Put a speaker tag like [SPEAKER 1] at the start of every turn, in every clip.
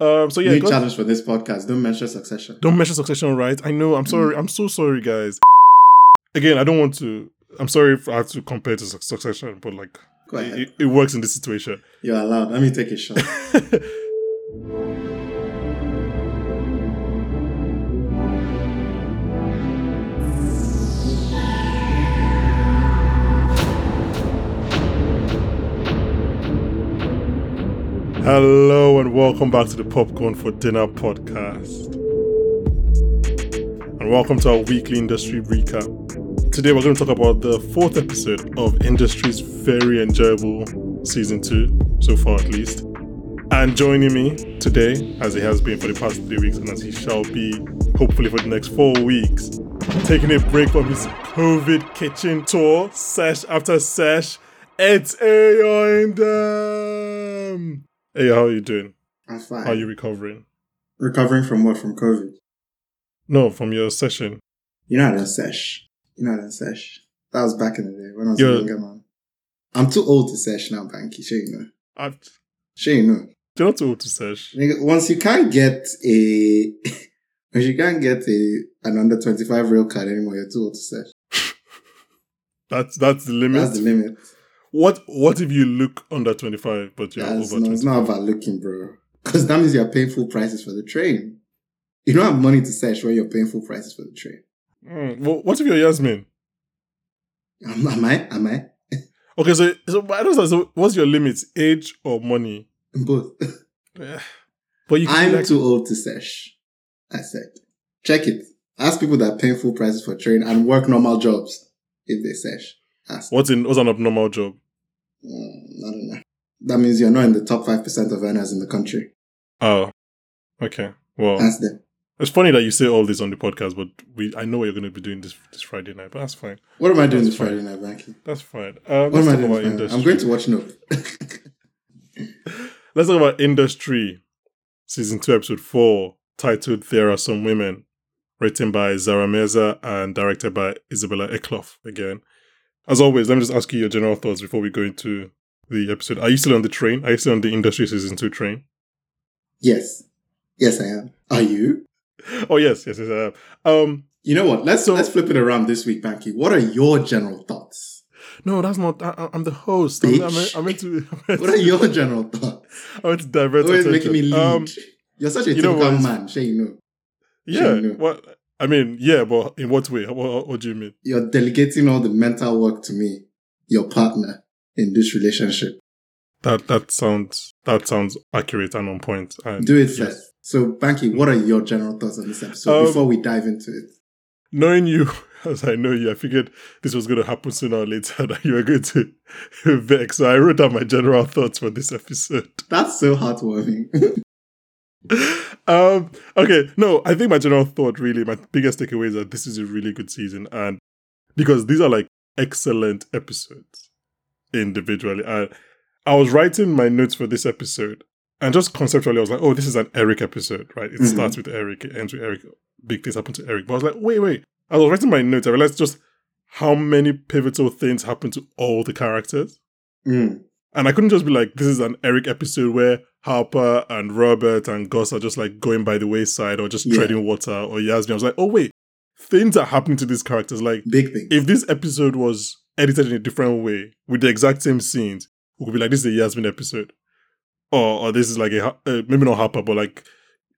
[SPEAKER 1] Um, so yeah,
[SPEAKER 2] New
[SPEAKER 1] go-
[SPEAKER 2] challenge for this podcast. Don't mention succession.
[SPEAKER 1] don't mention Succession, right? I know. I'm sorry. I'm so sorry, guys. Again, I don't want to. I'm sorry if I have to compare to Suc- Succession, but like
[SPEAKER 2] Go
[SPEAKER 1] it,
[SPEAKER 2] ahead.
[SPEAKER 1] it- it works in this situation.
[SPEAKER 2] You're allowed. Let me take a shot.
[SPEAKER 1] Hello and welcome back to the Popcorn for Dinner podcast. And welcome to our weekly industry recap. Today we're going to talk about the fourth episode of Industry's very enjoyable season two, so far at least. And joining me today, as he has been for the past three weeks and as he shall be hopefully for the next four weeks, taking a break from his COVID kitchen tour, sesh after sesh, it's Ayo Indam! Hey, how are you doing?
[SPEAKER 2] I'm
[SPEAKER 1] How are
[SPEAKER 2] fine.
[SPEAKER 1] you recovering?
[SPEAKER 2] Recovering from what? From COVID.
[SPEAKER 1] No, from your session.
[SPEAKER 2] You know I done sesh. You know I done sesh. That was back in the day when I was
[SPEAKER 1] You're-
[SPEAKER 2] a younger man. I'm too old to sesh now, Banky. Sure you know.
[SPEAKER 1] I've,
[SPEAKER 2] Sure you know.
[SPEAKER 1] you're not too old to sesh.
[SPEAKER 2] Nigga, Once you can't get a, once you can't get a an under twenty five real card anymore, you're too old to sesh.
[SPEAKER 1] That's that's the limit.
[SPEAKER 2] That's the limit.
[SPEAKER 1] What what if you look under twenty five but you're
[SPEAKER 2] That's
[SPEAKER 1] over
[SPEAKER 2] no, it's
[SPEAKER 1] twenty?
[SPEAKER 2] not about looking, bro. Because that means you're paying full prices for the train. You don't have money to search when you're paying full prices for the train.
[SPEAKER 1] Mm, well, what if you're Yasmin?
[SPEAKER 2] Am, am I? Am I?
[SPEAKER 1] Okay, so so I don't know. So what's your limit? Age or money?
[SPEAKER 2] Both.
[SPEAKER 1] Eh, But you can
[SPEAKER 2] I'm
[SPEAKER 1] like,
[SPEAKER 2] too old to search. I said. Check it. Ask people that are paying full prices for train and work normal jobs if they search. Ask.
[SPEAKER 1] what's in what's an abnormal job?
[SPEAKER 2] Mm, I don't know. That means you're not in the top 5% of earners in the country.
[SPEAKER 1] Oh, okay. Well,
[SPEAKER 2] Ask them.
[SPEAKER 1] it's funny that you say all this on the podcast, but we I know what you're going to be doing this this Friday night. But that's fine.
[SPEAKER 2] What am I doing
[SPEAKER 1] That's
[SPEAKER 2] this
[SPEAKER 1] fine.
[SPEAKER 2] Friday night, Banky?
[SPEAKER 1] That's fine. Um,
[SPEAKER 2] What
[SPEAKER 1] let's
[SPEAKER 2] am I
[SPEAKER 1] talk
[SPEAKER 2] doing
[SPEAKER 1] about
[SPEAKER 2] this Friday night?
[SPEAKER 1] industry.
[SPEAKER 2] I'm going to watch Nope.
[SPEAKER 1] Let's talk about industry. Season two, episode four, titled "There Are Some Women," written by Zara Mirza and directed by Isabella Eklof. Again, as always, let me just ask you your general thoughts before we go into the episode. Are you still on the train? Are you still on the industry season two train?
[SPEAKER 2] yes. Yes, I am. Are you?
[SPEAKER 1] Oh yes, yes, yes, I am. Um,
[SPEAKER 2] You know what? Let's
[SPEAKER 1] So-
[SPEAKER 2] let's flip it around this week, Banky. What are your general thoughts?
[SPEAKER 1] no, that's not. I, I- I'm the host. I'm, I'm,
[SPEAKER 2] Bitch.
[SPEAKER 1] I'm meant to. I'm meant
[SPEAKER 2] What are
[SPEAKER 1] to,
[SPEAKER 2] your general thoughts?
[SPEAKER 1] I'm meant to divert
[SPEAKER 2] Always
[SPEAKER 1] attention.
[SPEAKER 2] making me lead.
[SPEAKER 1] Um,
[SPEAKER 2] You're such a
[SPEAKER 1] you know
[SPEAKER 2] typical
[SPEAKER 1] what?
[SPEAKER 2] man, sure you know.
[SPEAKER 1] yeah.
[SPEAKER 2] Shame, no.
[SPEAKER 1] What I mean, yeah, but in what way? What, what do you mean?
[SPEAKER 2] You're delegating all the mental work to me, your partner in this relationship.
[SPEAKER 1] That that sounds that sounds accurate and on point. And
[SPEAKER 2] Do it
[SPEAKER 1] yes.
[SPEAKER 2] first. So, Banky, what are your general thoughts on this episode
[SPEAKER 1] Um,
[SPEAKER 2] before we dive into it?
[SPEAKER 1] Knowing you as I know you, I figured this was going to happen sooner or later that you were going to vex. So I wrote down my general thoughts for this episode.
[SPEAKER 2] That's so heartwarming.
[SPEAKER 1] um okay no i think my general thought really my biggest takeaway is that this is a really good season and because these are like excellent episodes individually and i was writing my notes for this episode and just conceptually i was like oh this is an eric episode right it
[SPEAKER 2] Mhm.
[SPEAKER 1] starts with eric it ends with eric big things happen to eric but i was like wait wait i was writing my notes i realized just how many pivotal things happen to all the characters
[SPEAKER 2] Mm.
[SPEAKER 1] and I couldn't just be like, this is an Eric episode where Harper and Robert and Gus are just like going by the wayside or just
[SPEAKER 2] Yeah.
[SPEAKER 1] treading water or Yasmin. I was like, oh, wait, things are happening to these characters. Like,
[SPEAKER 2] Big thing.
[SPEAKER 1] if this episode was edited in a different way with the exact same scenes, we could be like, this is a Yasmin episode. Or, or this is like a, Ha- uh, maybe not Harper, but like,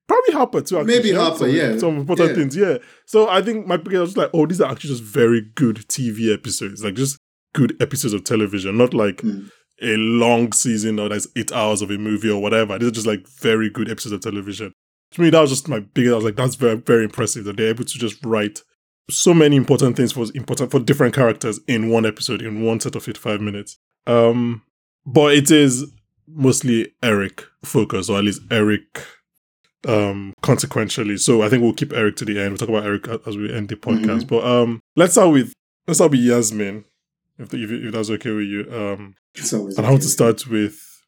[SPEAKER 1] probably Harper too. actually.
[SPEAKER 2] Maybe
[SPEAKER 1] She had
[SPEAKER 2] Harper,
[SPEAKER 1] some-
[SPEAKER 2] yeah.
[SPEAKER 1] Some important
[SPEAKER 2] Yeah.
[SPEAKER 1] things, yeah. So I think my pick I was just like, oh, these are actually just very good TV episodes. Like, just good episodes of television, not like
[SPEAKER 2] Mm.
[SPEAKER 1] a long season or that's eight hours of a movie or whatever. These are just like very good episodes of television. To me, that was just my biggest. I was like, that's very, very impressive that they're able to just write so many important things for important for different characters in one episode in one set of fifty-five minutes. Um, but it is mostly Eric focused, or at least Eric um consequentially. So I think we'll keep Eric to the end. We'll talk about Eric a- as we end the podcast. But um, let's start with let's start with Yasmin, if if, if that's okay with you. Um,
[SPEAKER 2] It's always
[SPEAKER 1] and I
[SPEAKER 2] okay
[SPEAKER 1] want to
[SPEAKER 2] with me.
[SPEAKER 1] start with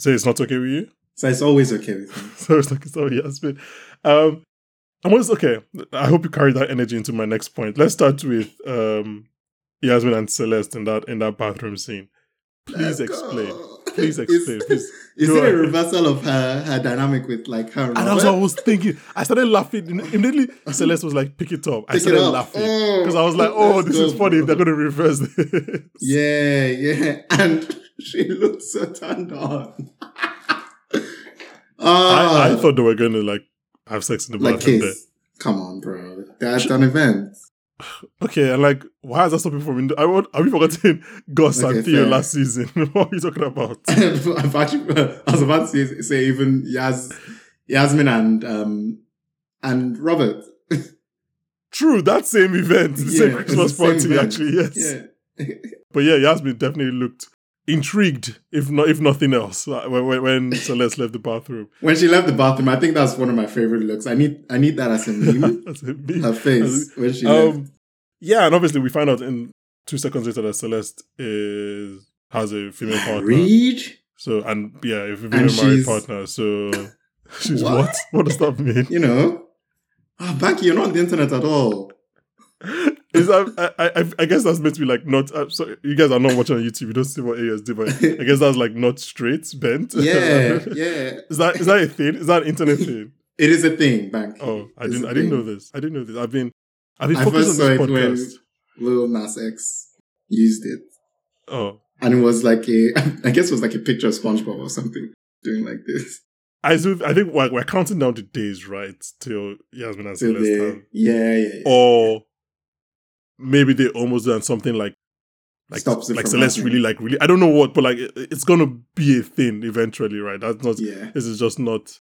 [SPEAKER 1] say it's not okay with you.
[SPEAKER 2] So it's always okay with me.
[SPEAKER 1] so it's like it's already has been. Um, I want to okay. I hope you carry that energy into my next point. Let's start with um, Yasmin and Celeste in that in that bathroom scene. Please
[SPEAKER 2] Let's
[SPEAKER 1] explain.
[SPEAKER 2] go.
[SPEAKER 1] Please explain. Please.
[SPEAKER 2] Is
[SPEAKER 1] Do
[SPEAKER 2] it a
[SPEAKER 1] I-
[SPEAKER 2] reversal of her her dynamic with like her?
[SPEAKER 1] And that's what I was thinking. I started laughing and immediately. Celeste was like, "Pick it up." I
[SPEAKER 2] Pick it
[SPEAKER 1] started
[SPEAKER 2] up.
[SPEAKER 1] laughing
[SPEAKER 2] Oh,
[SPEAKER 1] because I was like, "Oh,
[SPEAKER 2] let's
[SPEAKER 1] this is
[SPEAKER 2] go,
[SPEAKER 1] funny.
[SPEAKER 2] bro."
[SPEAKER 1] They're going to reverse this."
[SPEAKER 2] Yeah, yeah. And she looked so turned on.
[SPEAKER 1] I, I
[SPEAKER 2] Ah,
[SPEAKER 1] thought they were going to like have sex in the
[SPEAKER 2] like
[SPEAKER 1] bathroom. there.
[SPEAKER 2] kiss. Come on, bro. That's an event.
[SPEAKER 1] Okay, and like, why is that stopping from? Indo- I want. Have you forgotten Gus
[SPEAKER 2] Okay,
[SPEAKER 1] and Theo
[SPEAKER 2] fair.
[SPEAKER 1] last season? what are you talking about?
[SPEAKER 2] I've actually, I was about to say, say even Yas, Yasmin and um and Robert.
[SPEAKER 1] True, that same event, the
[SPEAKER 2] Yeah,
[SPEAKER 1] same
[SPEAKER 2] it's
[SPEAKER 1] Christmas
[SPEAKER 2] the same
[SPEAKER 1] party,
[SPEAKER 2] event.
[SPEAKER 1] actually. Yes,
[SPEAKER 2] Yeah.
[SPEAKER 1] but yeah, Yasmin definitely looked intrigued, if not if nothing else, uh, when, when- when Celeste left the bathroom.
[SPEAKER 2] When she left the bathroom, I think that's one of my favorite looks. I need I need that as a meme.
[SPEAKER 1] That's a big-
[SPEAKER 2] Her face when she left.
[SPEAKER 1] Um, yeah, and obviously we find out in two seconds later that Celeste is has a female partner.
[SPEAKER 2] Reed?
[SPEAKER 1] So and yeah, a female
[SPEAKER 2] And
[SPEAKER 1] married
[SPEAKER 2] she's-
[SPEAKER 1] partner. So she's
[SPEAKER 2] What?
[SPEAKER 1] what? What does that mean?
[SPEAKER 2] You know. Ah, Banky, you're not on the internet at all.
[SPEAKER 1] Is that, I, I, I guess that's meant to be like not. I'm sorry, you guys are not watching on YouTube. You don't see what areas do, but I guess that's like not straight bent.
[SPEAKER 2] Yeah, yeah.
[SPEAKER 1] is that is that a thing? Is that an internet thing?
[SPEAKER 2] It is a thing, Banky.
[SPEAKER 1] Oh, I
[SPEAKER 2] It's
[SPEAKER 1] didn't
[SPEAKER 2] a
[SPEAKER 1] I didn't
[SPEAKER 2] thing.
[SPEAKER 1] know this. I didn't know this. I've been I've been
[SPEAKER 2] I
[SPEAKER 1] focused on
[SPEAKER 2] first saw
[SPEAKER 1] this
[SPEAKER 2] it when-
[SPEAKER 1] podcast.
[SPEAKER 2] Lil Nas X used it.
[SPEAKER 1] Oh,
[SPEAKER 2] And it was like a, I guess it was like a picture of SpongeBob or something doing like this.
[SPEAKER 1] I so I think we're, we're counting down the days right till Yasmin and
[SPEAKER 2] So
[SPEAKER 1] Celeste.
[SPEAKER 2] they,
[SPEAKER 1] have-
[SPEAKER 2] yeah, yeah,
[SPEAKER 1] Oh.
[SPEAKER 2] yeah.
[SPEAKER 1] Or maybe they almost done something like like
[SPEAKER 2] Stops it
[SPEAKER 1] like
[SPEAKER 2] from
[SPEAKER 1] Celeste
[SPEAKER 2] happening.
[SPEAKER 1] really like really I don't know what, but like it, it's gonna be a thing eventually, right? That's not
[SPEAKER 2] yeah.
[SPEAKER 1] this is just not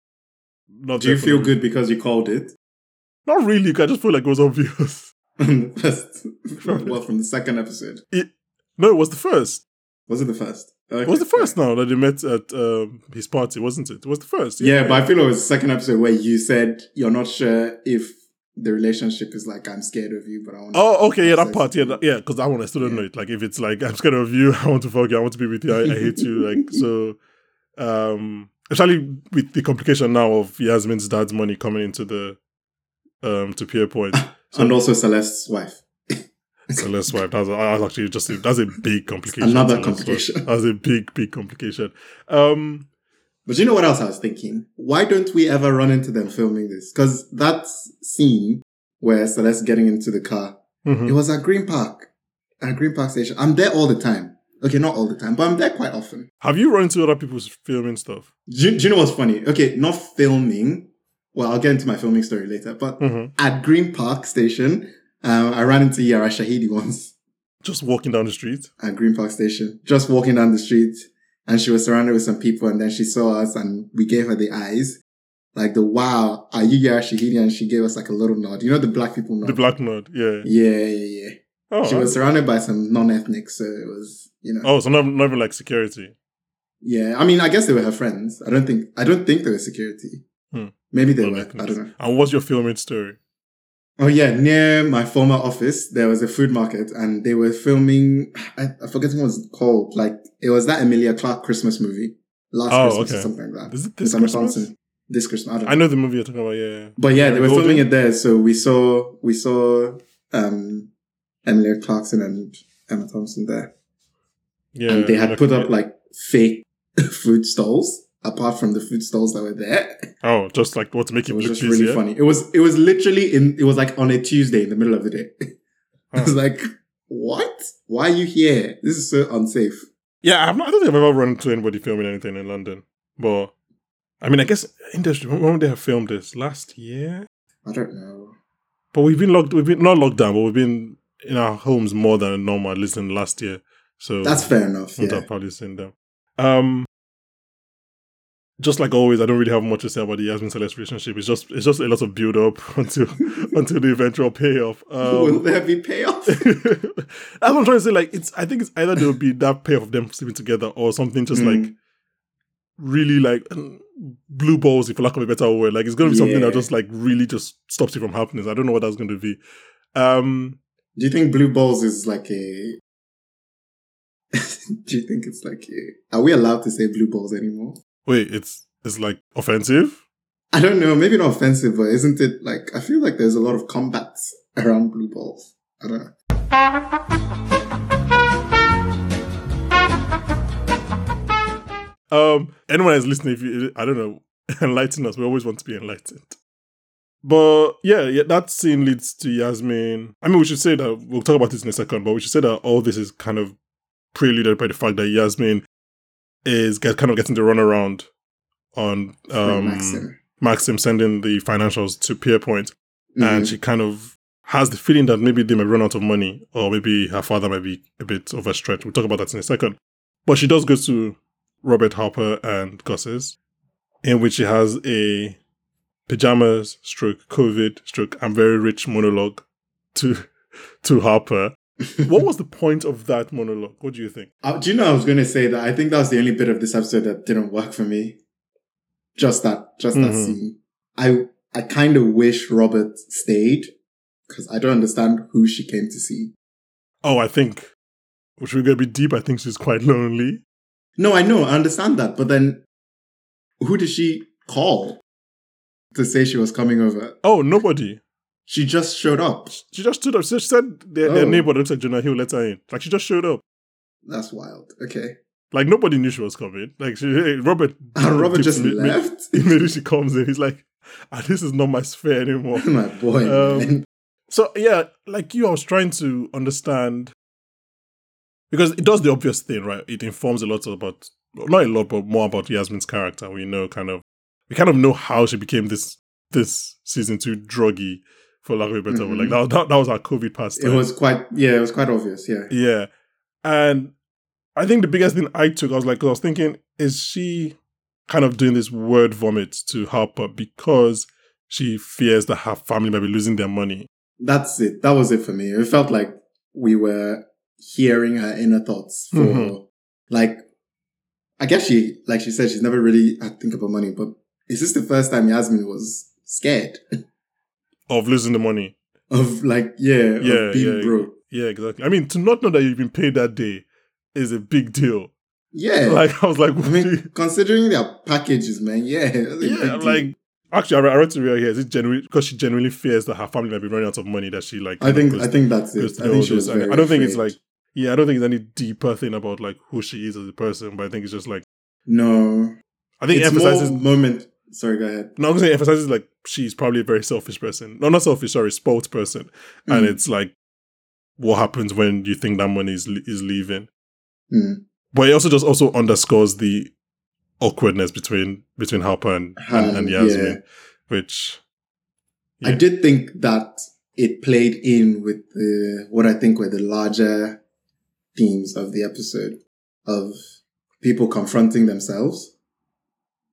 [SPEAKER 1] not
[SPEAKER 2] Do you
[SPEAKER 1] there for
[SPEAKER 2] feel
[SPEAKER 1] me.
[SPEAKER 2] good because you called it?
[SPEAKER 1] not really i just feel like it was obvious
[SPEAKER 2] From the first, well, from the second episode.
[SPEAKER 1] no it was the first
[SPEAKER 2] Was it the first?
[SPEAKER 1] it was the first now that they met at um, his party wasn't it it was the first
[SPEAKER 2] Yeah, but I feel it was the second episode where you said you're not sure if the relationship is like, I'm scared of you, but I want
[SPEAKER 1] oh okay yeah that
[SPEAKER 2] Sex.
[SPEAKER 1] part yeah that, yeah because that one i still don't
[SPEAKER 2] Yeah.
[SPEAKER 1] know it like if it's like i'm scared of you i want to fuck you i want to be with you i, I hate you like so um especially with the complication now of yasmin's dad's money coming into the um to peer point
[SPEAKER 2] And also Celeste's wife.
[SPEAKER 1] Celeste wife. That's, that's actually just a, that's a big complication.
[SPEAKER 2] Another
[SPEAKER 1] Celeste wife.
[SPEAKER 2] complication.
[SPEAKER 1] That's a big, big complication. Um,
[SPEAKER 2] But you know what else I was thinking? Why don't we ever run into them filming this? Because that scene where Celeste's getting into the car,
[SPEAKER 1] Mhm.
[SPEAKER 2] it was at Green Park, at Green Park Station. I'm there all the time. Okay, not all the time, but I'm there quite often.
[SPEAKER 1] Have you run into other people's filming stuff?
[SPEAKER 2] Do you, do you know what's funny? Okay, not filming. Well, I'll get into my filming story later, but
[SPEAKER 1] Hmm.
[SPEAKER 2] at Green Park Station, um, I ran into Yara Shahidi once
[SPEAKER 1] Just walking down the street?
[SPEAKER 2] at Green Park Station, just walking down the street, and she was surrounded with some people, and then she saw us, and we gave her the eyes, like the wow, are you Yara Shahidi? And she gave us like a little nod. You know the black people nod.
[SPEAKER 1] The black nerd, yeah.
[SPEAKER 2] yeah, yeah, yeah.
[SPEAKER 1] Oh,
[SPEAKER 2] she was surrounded by some non-ethnic, so it was you know.
[SPEAKER 1] oh, so not, not even like security.
[SPEAKER 2] Yeah, I mean, I guess they were her friends. I don't think I don't think they were security.
[SPEAKER 1] Hmm.
[SPEAKER 2] Maybe they were.
[SPEAKER 1] Not
[SPEAKER 2] I
[SPEAKER 1] ethnic.
[SPEAKER 2] don't know.
[SPEAKER 1] And what's your filming story?
[SPEAKER 2] Oh yeah, near my former office, there was a food market, and they were filming. I, I forget what it was called. Like it was that Emilia Clarke Christmas movie, last
[SPEAKER 1] Oh,
[SPEAKER 2] Christmas
[SPEAKER 1] okay.
[SPEAKER 2] or something like that.
[SPEAKER 1] Is it
[SPEAKER 2] With
[SPEAKER 1] this
[SPEAKER 2] Emma
[SPEAKER 1] Christmas?
[SPEAKER 2] Thompson. This Christmas, I don't know.
[SPEAKER 1] I know the movie you're talking about, yeah.
[SPEAKER 2] But yeah, they were
[SPEAKER 1] Golden?
[SPEAKER 2] filming it there, so we saw we saw um Emilia Clarkson and Emma Thompson there.
[SPEAKER 1] yeah.
[SPEAKER 2] and they had
[SPEAKER 1] like-
[SPEAKER 2] put up like fake food stalls apart from the food stalls that were there.
[SPEAKER 1] Oh, just like what to make
[SPEAKER 2] It
[SPEAKER 1] it,
[SPEAKER 2] was
[SPEAKER 1] look
[SPEAKER 2] just
[SPEAKER 1] easier.
[SPEAKER 2] really funny. It was it was literally in it was like on a Tuesday in the middle of the day. I was
[SPEAKER 1] Huh.
[SPEAKER 2] like, what? Why are you here? This is so unsafe.
[SPEAKER 1] Yeah, I'm not, I don't think I've ever run into anybody filming anything in London. But, I mean, I guess industry, when when would they have filmed this? Last year?
[SPEAKER 2] I don't know.
[SPEAKER 1] But we've been locked, we've been not locked down, but we've been in our homes more than normal, at least in last year. So
[SPEAKER 2] That's fair enough.
[SPEAKER 1] Wouldn't
[SPEAKER 2] Yeah.
[SPEAKER 1] have probably seen them. Um, just like always, I don't really have much to say about the Yasmin Celeste relationship. It's just it's just a lot of build up until until the eventual payoff.
[SPEAKER 2] Will
[SPEAKER 1] Um,
[SPEAKER 2] there be payoff?
[SPEAKER 1] that's what I'm trying to say. Like it's I think it's either there will be that payoff of them sleeping together or something just like
[SPEAKER 2] Mm.
[SPEAKER 1] really like mm, blue balls, if for lack of a better word. Like it's gonna be something
[SPEAKER 2] Yeah.
[SPEAKER 1] that just like really just stops it from happening. I don't know what that's gonna be. Um
[SPEAKER 2] Do you think blue balls is like a Do you think it's like a... are we allowed to say blue balls anymore?
[SPEAKER 1] wait, it's it's like offensive.
[SPEAKER 2] I don't know, maybe not offensive, but isn't it like I feel like there's a lot of combats around blue balls. I don't know.
[SPEAKER 1] Um, anyone that's listening, if you, I don't know, enlighten us. We always want to be enlightened. But yeah, yeah, that scene leads to Yasmin. I mean, we should say that we'll talk about this in a second, but we should say that all this is kind of preluded by the fact that Yasmin is get, kind of getting the runaround on um, Maxim.
[SPEAKER 2] Maxim.
[SPEAKER 1] sending the financials to Pierpoint, and
[SPEAKER 2] Mhm.
[SPEAKER 1] she kind of has the feeling that maybe they might run out of money, or maybe her father might be a bit overstretched. We'll talk about that in a second. But she does go to Robert Harper and Gus's, in which she has a pajamas stroke COVID stroke I'm very rich monologue to to Harper. what was the point of that monologue? What do you think?
[SPEAKER 2] Uh, do you know I was going to say that I think that was the only bit of this episode that didn't work for me. Just that, just that
[SPEAKER 1] Mhm.
[SPEAKER 2] scene. I I kind of wish Robert stayed because I don't understand who she came to see.
[SPEAKER 1] Oh, I think which we're gonna be deep. I think she's quite lonely.
[SPEAKER 2] No, I know, I understand that, but then who did she call to say she was coming over?
[SPEAKER 1] Oh, nobody.
[SPEAKER 2] She just showed up.
[SPEAKER 1] She just stood up. She just said their, their
[SPEAKER 2] Oh.
[SPEAKER 1] neighbor looks like Jonah Hill. Let her in. Like she just showed up.
[SPEAKER 2] That's wild. Okay,
[SPEAKER 1] Like nobody knew she was coming. Like she, hey, Robert.
[SPEAKER 2] and Robert just
[SPEAKER 1] ma- ma-
[SPEAKER 2] left.
[SPEAKER 1] Immediately she comes in. He's like, ah, "This is not my sphere anymore."
[SPEAKER 2] My boy.
[SPEAKER 1] Um,
[SPEAKER 2] man.
[SPEAKER 1] So yeah, like you, I was trying to understand because it does the obvious thing, right? It informs a lot about not a lot, but more about Yasmin's character. We know kind of we kind of know how she became this this season two druggy, for lack of a better word. Like that,
[SPEAKER 2] Mhm.
[SPEAKER 1] that, that was our COVID past.
[SPEAKER 2] It was quite. Yeah, it was quite obvious. Yeah.
[SPEAKER 1] Yeah. And I think the biggest thing I took, I was like, 'cause I was thinking, is she kind of doing this word vomit to Harper because she fears that her family might be losing their money?
[SPEAKER 2] that's it. That was it for me. It felt like we were hearing her inner thoughts for
[SPEAKER 1] Mhm.
[SPEAKER 2] like I guess she like she said she's never really had to think about money, but is this the first time Yasmin was scared
[SPEAKER 1] Of losing the money.
[SPEAKER 2] of like yeah,
[SPEAKER 1] Yeah,
[SPEAKER 2] of being
[SPEAKER 1] yeah.
[SPEAKER 2] broke?
[SPEAKER 1] Yeah, exactly. I mean, to not know that you've been paid that day is a big deal.
[SPEAKER 2] Yeah.
[SPEAKER 1] Like, I was like,
[SPEAKER 2] I mean, considering their packages, man, yeah. that's a big
[SPEAKER 1] yeah, I'm
[SPEAKER 2] deal.
[SPEAKER 1] like, actually, I wrote- I wrote to Ria here, is it genuinely, because she genuinely fears that her family might be running out of money that she, like,
[SPEAKER 2] I think
[SPEAKER 1] goes
[SPEAKER 2] I think that's
[SPEAKER 1] goes
[SPEAKER 2] it.
[SPEAKER 1] to
[SPEAKER 2] I
[SPEAKER 1] all
[SPEAKER 2] think she was
[SPEAKER 1] those- and
[SPEAKER 2] very
[SPEAKER 1] I don't think it's
[SPEAKER 2] afraid.
[SPEAKER 1] like yeah, I don't think it's any deeper thing about like who she is as a person, but I think it's just like
[SPEAKER 2] No.
[SPEAKER 1] I think it
[SPEAKER 2] it's
[SPEAKER 1] emphasizes
[SPEAKER 2] more moment. Sorry, go ahead.
[SPEAKER 1] no, I'm saying emphasizes like she's probably a very selfish person. No, not selfish, sorry, spoiled person. And
[SPEAKER 2] Mm.
[SPEAKER 1] it's like what happens when you think that money is is leaving.
[SPEAKER 2] Mm.
[SPEAKER 1] But it also just also underscores the awkwardness between between Harper and, and, and
[SPEAKER 2] Um, yeah.
[SPEAKER 1] Yasmin, which
[SPEAKER 2] I
[SPEAKER 1] Yeah.
[SPEAKER 2] did think that it played in with the, what I think were the larger themes of the episode of people confronting themselves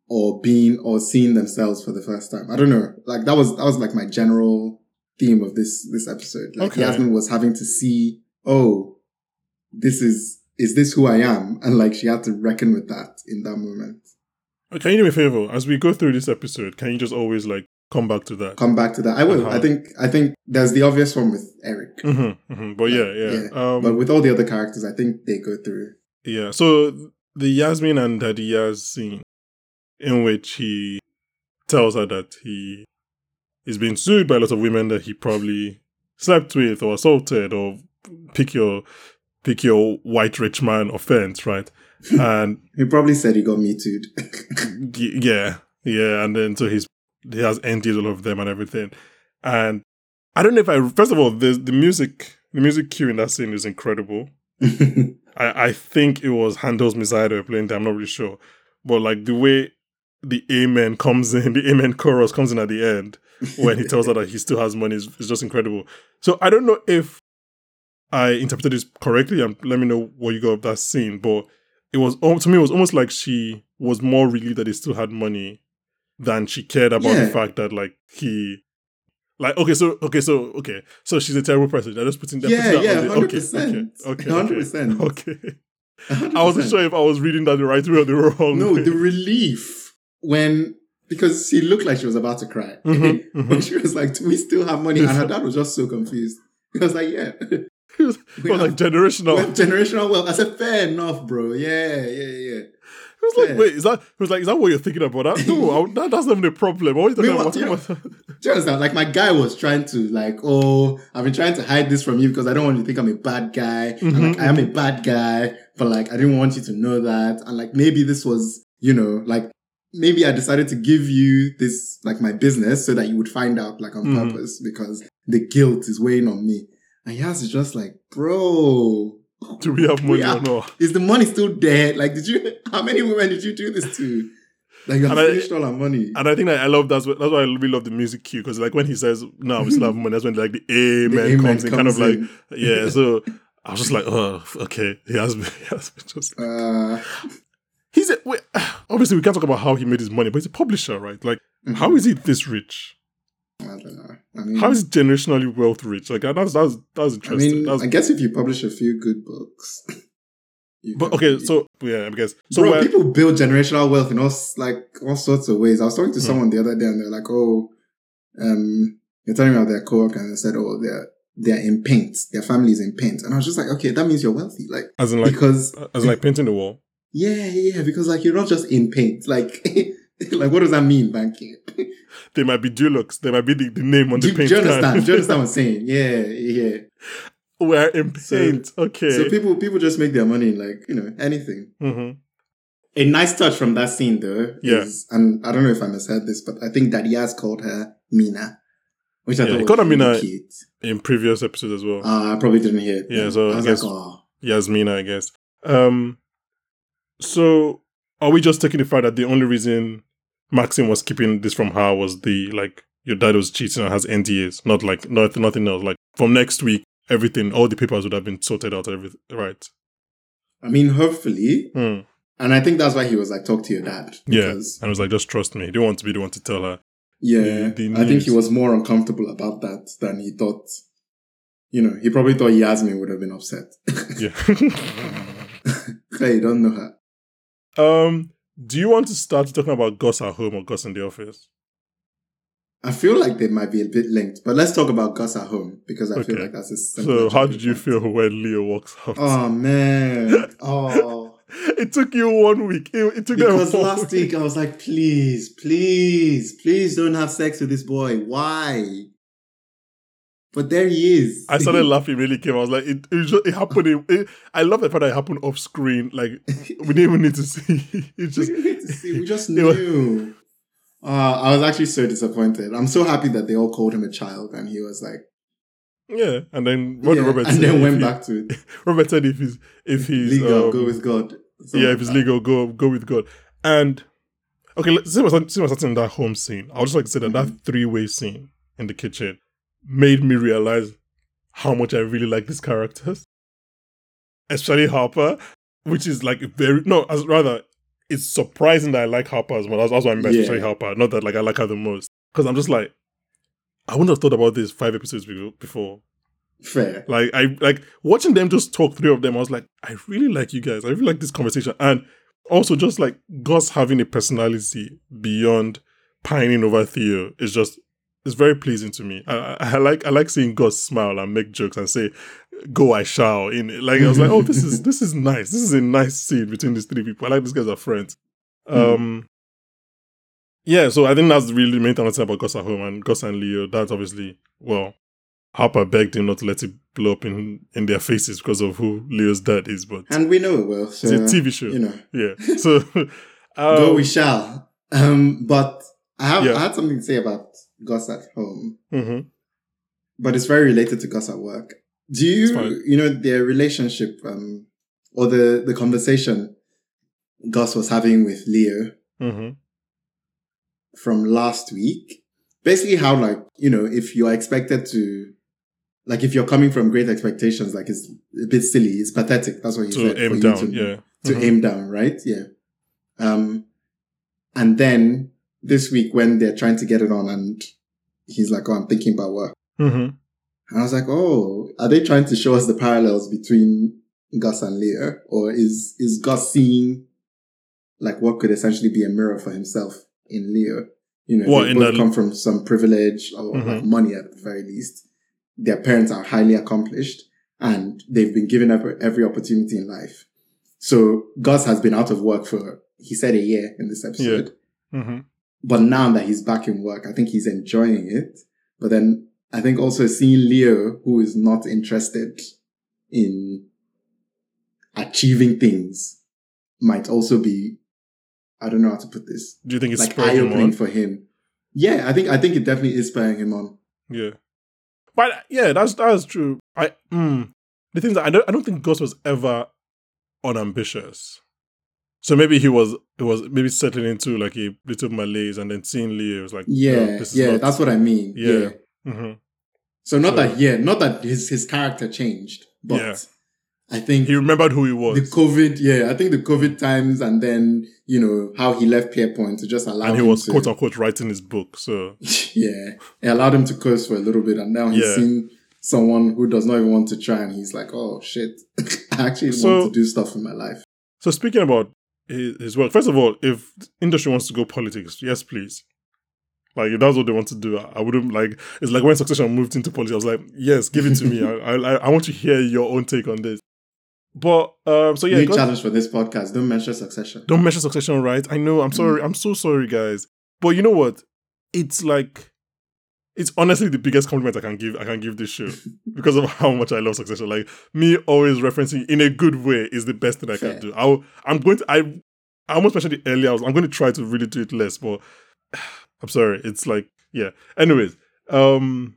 [SPEAKER 2] or being or seeing themselves for the first time. I don't know. Like that was that was like my general theme of this this episode. Like
[SPEAKER 1] Okay.
[SPEAKER 2] Yasmin was having to see, oh, this is is this who I am? And like she had to reckon with that in that moment.
[SPEAKER 1] Uh, can you do me a favor? As we go through this episode, can you just always like come back to that?
[SPEAKER 2] Come back to that. I will.
[SPEAKER 1] Uh-huh.
[SPEAKER 2] I think I think there's the obvious one with Eric.
[SPEAKER 1] Mm-hmm, hmm But yeah, yeah. Um,
[SPEAKER 2] but with all the other characters, I think they go through.
[SPEAKER 1] Yeah. So the Yasmin and Daddy Yaz scene, in which he tells her that he is being sued by a lot of women that he probably slept with or assaulted or pick your pick your white rich man offense, right? and
[SPEAKER 2] He probably said he got me too'd.
[SPEAKER 1] y- yeah, yeah. And then so he's he has ended all of them and everything. And I don't know if I first of all the the music the music cue in that scene is incredible. I, I think it was Handel's Messiah they were playing there, I'm not really sure. But like the way the Amen comes in, the Amen chorus comes in at the end when he tells her that he still has money is, is just incredible. So I don't know if I interpreted this correctly and let me know what you got of that scene. But it was al- to me it was almost like she was more relieved that he still had money than she cared about
[SPEAKER 2] Yeah.
[SPEAKER 1] the fact that like he like okay so okay so okay so she's a terrible person. I just putting that
[SPEAKER 2] Yeah,
[SPEAKER 1] putting that
[SPEAKER 2] yeah,
[SPEAKER 1] on the-
[SPEAKER 2] 100%.
[SPEAKER 1] okay, okay,
[SPEAKER 2] 100%.
[SPEAKER 1] okay. okay. I wasn't sure if I was reading that the right way or the wrong.
[SPEAKER 2] No,
[SPEAKER 1] way.
[SPEAKER 2] the relief when because she looked like she was about to cry.
[SPEAKER 1] Mhm,
[SPEAKER 2] when
[SPEAKER 1] mhm.
[SPEAKER 2] she was like, "Do we still have money?" And her dad was just so confused. He was like, "Yeah,
[SPEAKER 1] it was, it
[SPEAKER 2] we
[SPEAKER 1] was
[SPEAKER 2] have,
[SPEAKER 1] like generational.
[SPEAKER 2] we have generational wealth." I said, "Fair enough, bro. Yeah, yeah, yeah."
[SPEAKER 1] It was like,
[SPEAKER 2] Yeah.
[SPEAKER 1] wait, is that? It was like, is that what you're thinking about? That, no, I, that, that's not even a problem. What are you
[SPEAKER 2] Meanwhile,
[SPEAKER 1] talking about?
[SPEAKER 2] Do you understand? Like my guy was trying to like, oh, I've been trying to hide this from you because I don't want you to think I'm a bad guy. And,
[SPEAKER 1] Mhm,
[SPEAKER 2] like, I am a bad guy, but like I didn't want you to know that. And like maybe this was, you know, like maybe I decided to give you this like my business so that you would find out like on
[SPEAKER 1] Mhm.
[SPEAKER 2] purpose because the guilt is weighing on me. And Yas is just like, bro,
[SPEAKER 1] Do we have money
[SPEAKER 2] Yeah.
[SPEAKER 1] or not?
[SPEAKER 2] is the money still there? Like, did you? How many women did you do this to? Like, you have
[SPEAKER 1] And I-
[SPEAKER 2] finished all our money.
[SPEAKER 1] And I think that I love that's what, that's why I really love the music cue because like when he says no, we still have money. That's when like the
[SPEAKER 2] The
[SPEAKER 1] amen,
[SPEAKER 2] amen
[SPEAKER 1] comes in, kind of like
[SPEAKER 2] in.
[SPEAKER 1] yeah. So I was just like, oh, okay. He has been, he has been just.
[SPEAKER 2] Uh,
[SPEAKER 1] He's a, wait, obviously we can't talk about how he made his money, but he's a publisher, right? Like,
[SPEAKER 2] Mm-hmm.
[SPEAKER 1] how is he this rich?
[SPEAKER 2] I don't know. I mean,
[SPEAKER 1] How is he generationally wealth rich? Like uh, that's that's that's
[SPEAKER 2] Mm. I
[SPEAKER 1] interesting.
[SPEAKER 2] mean,
[SPEAKER 1] that's,
[SPEAKER 2] I guess if you publish a few good books, you
[SPEAKER 1] but
[SPEAKER 2] can
[SPEAKER 1] okay,
[SPEAKER 2] be-
[SPEAKER 1] so yeah, I guess so.
[SPEAKER 2] Bro,
[SPEAKER 1] we're-
[SPEAKER 2] people build generational wealth in all s- like all sorts of ways. I was talking to
[SPEAKER 1] Hmm.
[SPEAKER 2] someone the other day, and they're like, "Oh, um, they're telling me about their coworker, and they said, oh, they're they're in paint. Their family's in paint." And I was just like, "Okay, that means you're wealthy, like,
[SPEAKER 1] as in like uh,
[SPEAKER 2] because
[SPEAKER 1] as in like painting the wall.
[SPEAKER 2] yeah, yeah, yeah, because like you're not just in paint, like." Like what does that mean, banking?
[SPEAKER 1] They might be Dulux. They might be the, the name on
[SPEAKER 2] Do,
[SPEAKER 1] the paint.
[SPEAKER 2] do you understand?
[SPEAKER 1] can.
[SPEAKER 2] Do you understand what I'm saying? Yeah, yeah.
[SPEAKER 1] we're in
[SPEAKER 2] So-
[SPEAKER 1] paint. okay.
[SPEAKER 2] So people people just make their money in, like you know anything.
[SPEAKER 1] hmm
[SPEAKER 2] A nice touch from that scene, though,
[SPEAKER 1] Yeah.
[SPEAKER 2] is, and I don't know if I misheard this, but I think that Yaz called her Mina, which I
[SPEAKER 1] Yeah, he
[SPEAKER 2] thought
[SPEAKER 1] called her
[SPEAKER 2] was really
[SPEAKER 1] Mina.
[SPEAKER 2] cute.
[SPEAKER 1] in previous episodes as well.
[SPEAKER 2] Uh, I probably didn't hear it.
[SPEAKER 1] Yeah,
[SPEAKER 2] then.
[SPEAKER 1] so
[SPEAKER 2] I
[SPEAKER 1] I
[SPEAKER 2] was
[SPEAKER 1] guess-
[SPEAKER 2] like, oh,
[SPEAKER 1] Yasmina, I guess. Um, so are we just taking the fact that the only reason Maxim was keeping this from her was the like your dad was cheating and has NDAs, not like not nothing else. Like from next week, everything, all the papers would have been sorted out. Everything, right?
[SPEAKER 2] I mean, hopefully,
[SPEAKER 1] Hmm.
[SPEAKER 2] and I think that's why he was like, talk to your dad.
[SPEAKER 1] Yeah.
[SPEAKER 2] because,
[SPEAKER 1] And it was like, just trust me. He didn't want to be the one to tell her.
[SPEAKER 2] yeah.
[SPEAKER 1] The- the
[SPEAKER 2] I think
[SPEAKER 1] news.
[SPEAKER 2] he was more uncomfortable about that than he thought. You know, he probably thought Yasmin would have been upset.
[SPEAKER 1] Yeah.
[SPEAKER 2] Hey, you don't know her.
[SPEAKER 1] um, do you want to start talking about Gus at home or Gus in the office?
[SPEAKER 2] I feel like they might be a bit linked, but let's talk about Gus at home because I feel
[SPEAKER 1] Okay.
[SPEAKER 2] like that's a
[SPEAKER 1] So,
[SPEAKER 2] simpler
[SPEAKER 1] how did you
[SPEAKER 2] point.
[SPEAKER 1] feel when Leo walks out?
[SPEAKER 2] Oh man! Oh,
[SPEAKER 1] It took you one week. It, it took them
[SPEAKER 2] because
[SPEAKER 1] one
[SPEAKER 2] last week I was like, please, please, please don't have sex with this boy. Why? But there he is.
[SPEAKER 1] I started laughing when he came. I was like, it, it, just, it happened. in- it- I love the fact that it happened off screen. Like we didn't even need to see. It
[SPEAKER 2] We
[SPEAKER 1] just
[SPEAKER 2] didn't need to see. We just
[SPEAKER 1] It was-
[SPEAKER 2] knew. Uh, I was actually so disappointed. I'm so happy that they all called him a child, and he was like,
[SPEAKER 1] yeah. And then what did
[SPEAKER 2] yeah,
[SPEAKER 1] Robert
[SPEAKER 2] and
[SPEAKER 1] say?
[SPEAKER 2] then
[SPEAKER 1] If
[SPEAKER 2] went
[SPEAKER 1] he-
[SPEAKER 2] back to it.
[SPEAKER 1] Robert said if he's if he's
[SPEAKER 2] legal,
[SPEAKER 1] um,
[SPEAKER 2] go with God. uh, Something
[SPEAKER 1] yeah
[SPEAKER 2] like
[SPEAKER 1] if it's
[SPEAKER 2] that.
[SPEAKER 1] legal go go with God. And okay, let's see what's starting in that home scene. I would just like to say that that three way scene in the kitchen made me realize how much I really like these characters, especially Harper, which is like very no as rather it's surprising that I like Harper as well. That's, that's why I meant
[SPEAKER 2] Yeah.
[SPEAKER 1] especially Harper. Not that like I like her the most because I'm just like I wouldn't have thought about this five episodes be- before.
[SPEAKER 2] Fair.
[SPEAKER 1] Like I like watching them just talk, three of them. I was like, I really like you guys. I really like this conversation, and also just like Gus having a personality beyond pining over Theo is just it's very pleasing to me. I, I, I like I like seeing Gus smile and make jokes and say, "Go, I shall." In like I was like, oh, this is this is nice. This is a nice scene between these three people. I like these guys are friends. Um, yeah, so I think that's really the main thing I say about Gus at home and Gus and Leo. That's obviously well, Harper begged him not to let it blow up in in their faces because of who Leo's dad is, but
[SPEAKER 2] And we know it well. So, uh,
[SPEAKER 1] it's a TV show.
[SPEAKER 2] you know.
[SPEAKER 1] Yeah, so um,
[SPEAKER 2] go we shall. Um, but I have
[SPEAKER 1] Yeah.
[SPEAKER 2] I had something to say about Gus at home,
[SPEAKER 1] mhm.
[SPEAKER 2] but it's very related to Gus at work. Do
[SPEAKER 1] It's
[SPEAKER 2] you
[SPEAKER 1] fine.
[SPEAKER 2] you know their relationship um, or the the conversation Gus was having with Leo
[SPEAKER 1] Mhm.
[SPEAKER 2] from last week? Basically, how like you know if you're expected to. Like if you're coming from great expectations, like it's a bit silly, it's pathetic. That's what he
[SPEAKER 1] to
[SPEAKER 2] said. for
[SPEAKER 1] aim
[SPEAKER 2] you
[SPEAKER 1] down,
[SPEAKER 2] to-
[SPEAKER 1] yeah,
[SPEAKER 2] to
[SPEAKER 1] Mhm.
[SPEAKER 2] aim down, right? Yeah. Um, and then this week when they're trying to get it on and he's like, Oh, I'm thinking about work.
[SPEAKER 1] Mhm.
[SPEAKER 2] And I was like, Oh, are they trying to show us the parallels between Gus and Leo? Or is, is Gus seeing like what could essentially be a mirror for himself in Leo? You know,
[SPEAKER 1] What,
[SPEAKER 2] they
[SPEAKER 1] in the-
[SPEAKER 2] both
[SPEAKER 1] Mm-hmm.
[SPEAKER 2] come from some privilege or like money at the very least. Their parents are highly accomplished and they've been given up every opportunity in life. So Gus has been out of work for, he said a year in this episode.
[SPEAKER 1] Mhm.
[SPEAKER 2] But now that he's back in work, I think he's enjoying it. But then I think also seeing Leo, who is not interested in achieving things might also be, I don't know how to put this,
[SPEAKER 1] Do you think it's
[SPEAKER 2] like
[SPEAKER 1] spurred
[SPEAKER 2] eye
[SPEAKER 1] him
[SPEAKER 2] opening
[SPEAKER 1] on?
[SPEAKER 2] for him. Yeah, I think I think it definitely is spurring him on.
[SPEAKER 1] Yeah, but yeah, that's that's true. I mm, the thing that I don't I don't think Gus was ever unambitious. So maybe he was it was maybe settling into like a little malaise and then seeing Lee, it was like
[SPEAKER 2] Yeah, yeah, that's what I mean.
[SPEAKER 1] Yeah.
[SPEAKER 2] Yeah.
[SPEAKER 1] hmm
[SPEAKER 2] So not
[SPEAKER 1] So-
[SPEAKER 2] that yeah, not that his his character changed, but
[SPEAKER 1] Yeah.
[SPEAKER 2] I think
[SPEAKER 1] he remembered who he was.
[SPEAKER 2] the COVID, yeah, I think the COVID times and then, you know, how he left Pierpoint to just allow
[SPEAKER 1] and he
[SPEAKER 2] him
[SPEAKER 1] was
[SPEAKER 2] to,
[SPEAKER 1] quote unquote writing his book. So
[SPEAKER 2] yeah, it allowed him to curse for a little bit and now he's
[SPEAKER 1] Yeah.
[SPEAKER 2] seen someone who does not even want to try and he's like, oh shit, I actually
[SPEAKER 1] So-
[SPEAKER 2] want to do stuff in my life.
[SPEAKER 1] so speaking about his, his work, first of all, if industry wants to go politics, yes, please. Like if that's what they want to do, I I wouldn't like. It's like when Succession moved into politics, I was like, yes, give it to me. I, I I want to hear your own take on this. But um, so yeah,
[SPEAKER 2] New
[SPEAKER 1] Gus-
[SPEAKER 2] challenge for this podcast, don't mention succession.
[SPEAKER 1] Don't measure succession right. I know. I'm sorry. I'm so sorry, guys. But you know what? It's like, it's honestly the biggest compliment I can give. I can give this show because of how much I love succession. Like me always referencing in a good way is the best thing I
[SPEAKER 2] Fair.
[SPEAKER 1] can do. I I'm going to. I I almost mentioned it earlier. I was, I'm going to try to really do it less, but I'm sorry. It's like yeah. Anyways, um,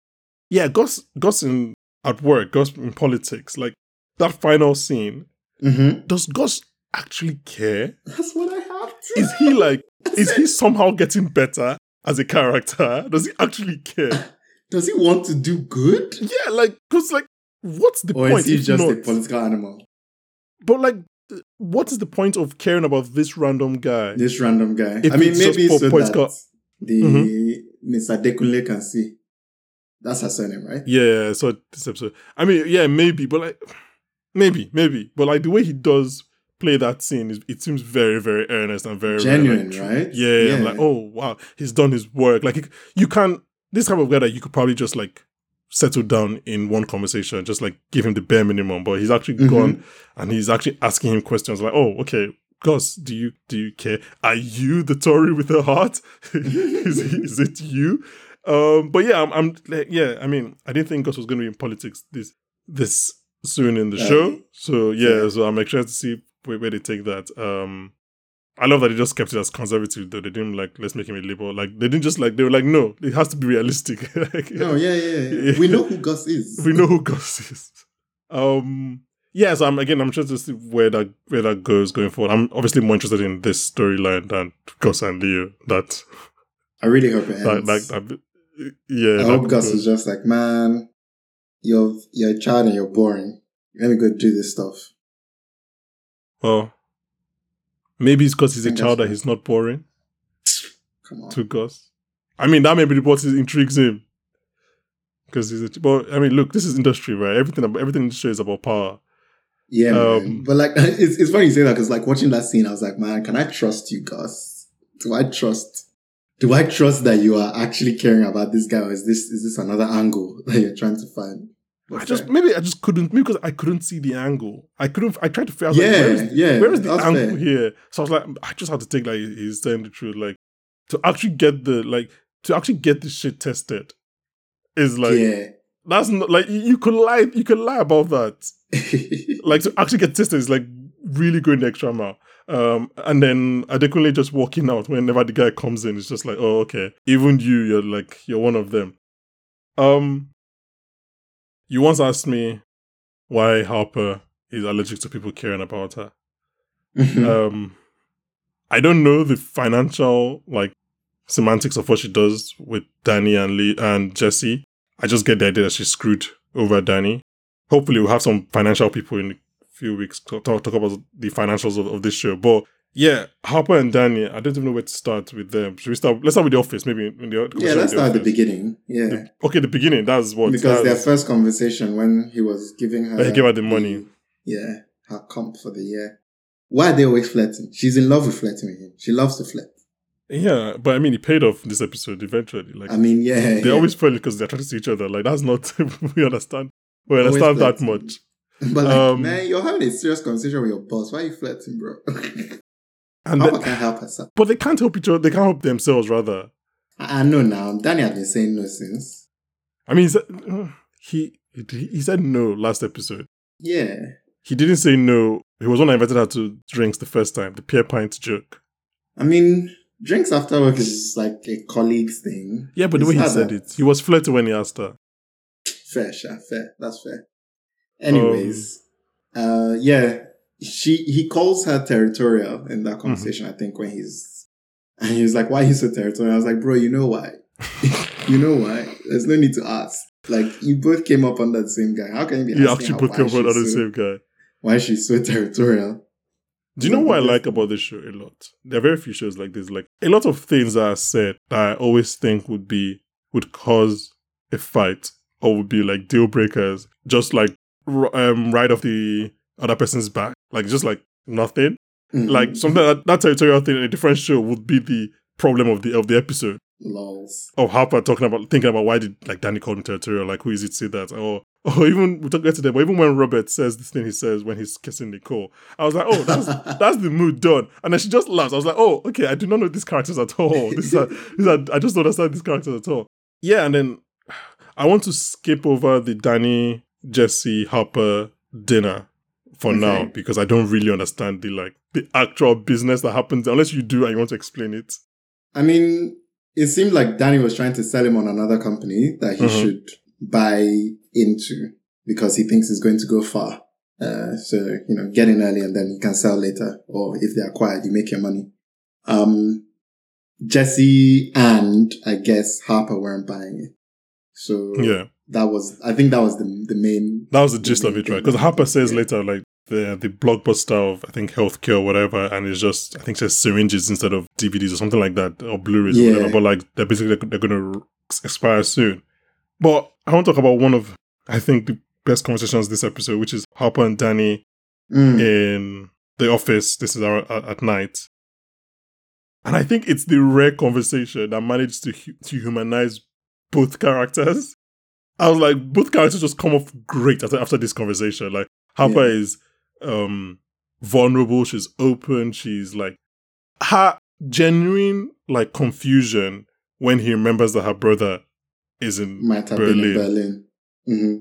[SPEAKER 1] yeah. Gus Gus in at work. Gus in politics. Like that final scene.
[SPEAKER 2] Mm-hmm.
[SPEAKER 1] Does Gus actually care?
[SPEAKER 2] That's what I have to.
[SPEAKER 1] is he like is he somehow getting better as a character does he actually care
[SPEAKER 2] Does he want to do good?
[SPEAKER 1] yeah like because like what's the
[SPEAKER 2] Or
[SPEAKER 1] point
[SPEAKER 2] is he
[SPEAKER 1] if
[SPEAKER 2] just a
[SPEAKER 1] not?
[SPEAKER 2] political animal?
[SPEAKER 1] but like uh, what is the point of caring about this random guy
[SPEAKER 2] This random guy.
[SPEAKER 1] If
[SPEAKER 2] I mean,
[SPEAKER 1] it's just
[SPEAKER 2] maybe
[SPEAKER 1] for
[SPEAKER 2] so
[SPEAKER 1] political- Mm-hmm.
[SPEAKER 2] that the Mr. Dekunle can see. That's her surname, right?
[SPEAKER 1] yeah so this episode i mean yeah maybe but like maybe maybe but like the way he does play that scene is, it seems very very earnest and very very, like,
[SPEAKER 2] Genuine,
[SPEAKER 1] true.
[SPEAKER 2] right?
[SPEAKER 1] yeah, I'm like oh wow he's done his work like you- you can this type of guy that you could probably just like settle down in one conversation just like give him the bare minimum but he's actually
[SPEAKER 2] Mhm.
[SPEAKER 1] gone and he's actually asking him questions like oh okay Gus, do you do you care? Are you the Tory with a heart? is, is it you? Um, but yeah, I'm, I'm like, yeah. I mean, I didn't think Gus was going to be in politics this this soon in the
[SPEAKER 2] Yeah.
[SPEAKER 1] show. So yeah,
[SPEAKER 2] Yeah.
[SPEAKER 1] so I'm excited to see where, where they take that. Um, I love that they just kept it as conservative though. They didn't like let's make him a liberal. Like they didn't just like they were like no, it has to be realistic. like,
[SPEAKER 2] No, yeah, yeah, yeah.
[SPEAKER 1] Yeah.
[SPEAKER 2] We know who Gus is.
[SPEAKER 1] we know who Gus is. Um, yeah, so I'm again. I'm interested to see where that where that goes going forward. I'm obviously more interested in this storyline than Gus and Leo. That
[SPEAKER 2] I really hope it ends.
[SPEAKER 1] that, that, that yeah.
[SPEAKER 2] I
[SPEAKER 1] that
[SPEAKER 2] hope Gus
[SPEAKER 1] goes-
[SPEAKER 2] is just like, man, you're you're a child and you're boring. Let me go do this stuff.
[SPEAKER 1] Well, maybe it's because he's a
[SPEAKER 2] Think
[SPEAKER 1] child
[SPEAKER 2] that's- Oh.
[SPEAKER 1] that he's not boring
[SPEAKER 2] Come on.
[SPEAKER 1] to Gus. I mean, that maybe what intrigues him because he's a. ch- But I mean, look, this is industry, right? Everything, ab- everything in the show is about power.
[SPEAKER 2] Yeah, man.
[SPEAKER 1] Um,
[SPEAKER 2] but like it's, it's funny you say that because like watching that scene, I was like, man, can I trust you, Gus? Do I trust? Do I trust that you are actually caring about this guy, or is this is this another angle that you're trying to find?
[SPEAKER 1] I just maybe I just couldn't maybe because I couldn't see the angle. I couldn't. I tried to figure out. like, where is
[SPEAKER 2] yeah, yeah.
[SPEAKER 1] where is the
[SPEAKER 2] that's
[SPEAKER 1] angle
[SPEAKER 2] fair.
[SPEAKER 1] here? So I was like, I just have to take like he's telling the truth, like to actually get the like to actually get this shit tested is like that's not like you- you could lie you could lie about that.
[SPEAKER 2] yeah.
[SPEAKER 1] Like to actually get tested is like really going the extra mile. Um, and then adequately just walking out whenever the guy comes in, it's just like, oh okay, even you, you're like you're one of them. Um, you once asked me why Harper is allergic to people caring about her
[SPEAKER 2] Hmm.
[SPEAKER 1] um i don't know the financial like semantics of what she does with danny and lee and jesse i just get the idea that she screwed over danny hopefully we'll have some financial people in a few weeks to talk, talk about the financials of, of this show but yeah harper and danny i don't even know where to start with them should we start let's start with the office maybe in the
[SPEAKER 2] yeah, let's start at the
[SPEAKER 1] Office.
[SPEAKER 2] beginning. Yeah,
[SPEAKER 1] okay the beginning that's what
[SPEAKER 2] because their
[SPEAKER 1] that's-
[SPEAKER 2] first conversation when he was giving her,
[SPEAKER 1] When he gave her the money.
[SPEAKER 2] Yeah, her comp for the year. Why are they always flirting? She's in love with flirting with him. She loves to flirt.
[SPEAKER 1] yeah but i mean it paid off this episode eventually like
[SPEAKER 2] I mean, yeah,
[SPEAKER 1] they
[SPEAKER 2] yeah.
[SPEAKER 1] always fail because they're attracted to each other. Like that's not we understand. We
[SPEAKER 2] Always
[SPEAKER 1] understand that
[SPEAKER 2] flirting.
[SPEAKER 1] much.
[SPEAKER 2] But like,
[SPEAKER 1] Um,
[SPEAKER 2] man, you're having a serious conversation with your boss. Why are you flirting, bro?
[SPEAKER 1] And
[SPEAKER 2] How
[SPEAKER 1] then-
[SPEAKER 2] can I help herself?
[SPEAKER 1] but they can't help each other. They can't help themselves. Rather,
[SPEAKER 2] I, I know now. Danny has been saying no since.
[SPEAKER 1] I mean, he said, he he said no last episode.
[SPEAKER 2] Yeah,
[SPEAKER 1] He didn't say no He was when I invited her to drinks the first time, the peer pint joke.
[SPEAKER 2] I mean, drinks after work is like a colleagues thing.
[SPEAKER 1] Yeah, but the
[SPEAKER 2] It's
[SPEAKER 1] way he
[SPEAKER 2] not
[SPEAKER 1] said
[SPEAKER 2] that-
[SPEAKER 1] it, he was flirty when he asked her.
[SPEAKER 2] Fair, sure, fair. That's fair. Anyways,
[SPEAKER 1] Um,
[SPEAKER 2] uh, yeah, she he calls her territorial in
[SPEAKER 1] Mhm.
[SPEAKER 2] that conversation. I think when he's and he was like, "Why are you so territorial?" I was like, "Bro, you know why? you know why? There's no need to ask. Like, you both came up under the same guy. How can you be?
[SPEAKER 1] You actually
[SPEAKER 2] asking her
[SPEAKER 1] put
[SPEAKER 2] why
[SPEAKER 1] your word on
[SPEAKER 2] she's
[SPEAKER 1] the
[SPEAKER 2] so-
[SPEAKER 1] same guy.
[SPEAKER 2] Why she's so territorial?
[SPEAKER 1] Do you know
[SPEAKER 2] Yeah,
[SPEAKER 1] what I
[SPEAKER 2] because-
[SPEAKER 1] like about this show a lot? There are very few shows like this. Like a lot of things are said that I always think would be would cause a fight or would be like deal breakers, just like r- um, right off the other person's back, like just like nothing,
[SPEAKER 2] Mhm.
[SPEAKER 1] like something that, that territorial thing in a different show would be the problem of the of the episode
[SPEAKER 2] lols.
[SPEAKER 1] of Harper talking about thinking about why did like Danny call him territorial, like who is it say that or. Or even we talked about today, but even when Robert says this thing he says when he's kissing Nicole, I was like, oh, that's that's the mood done. And then she just laughs. I was like, oh, okay, I do not know these characters at all. These are, these are, I just don't understand these characters at all. Yeah, and then I want to skip over the Danny, Jesse, Harper dinner for
[SPEAKER 2] Okay.
[SPEAKER 1] now because I don't really understand the like the actual business that happens unless you do and you want to explain it.
[SPEAKER 2] I mean, it seemed like Danny was trying to sell him on another company that he
[SPEAKER 1] Mhm.
[SPEAKER 2] should buy into because he thinks it's going to go far. Uh, so, you know, get in early and then you can sell later. Or if they're acquired, you make your money. Um, Jesse and I guess Harper weren't buying it. So
[SPEAKER 1] Yeah,
[SPEAKER 2] that was, I think that was the, the main.
[SPEAKER 1] that was the gist of
[SPEAKER 2] main
[SPEAKER 1] it, right?
[SPEAKER 2] thing.
[SPEAKER 1] Because Harper says
[SPEAKER 2] Yeah.
[SPEAKER 1] later like the the blockbuster of I think healthcare or whatever, and it's just I think says syringes instead of DVDs or something like that or Blu-rays
[SPEAKER 2] Yeah.
[SPEAKER 1] or whatever. But like they're basically they're gonna expire soon. But I want to talk about one of I think the best conversations this episode, which is Harper and Danny
[SPEAKER 2] Mm.
[SPEAKER 1] in the office. This is our, at, at night. And I think it's the rare conversation that managed to, hu- to humanize both characters. I was like, both characters just come off great after, after this conversation. Like, Harper is um, vulnerable, she's open, she's like, her genuine like confusion when he remembers that her brother is in
[SPEAKER 2] Might have been in
[SPEAKER 1] Berlin
[SPEAKER 2] Berlin. hmm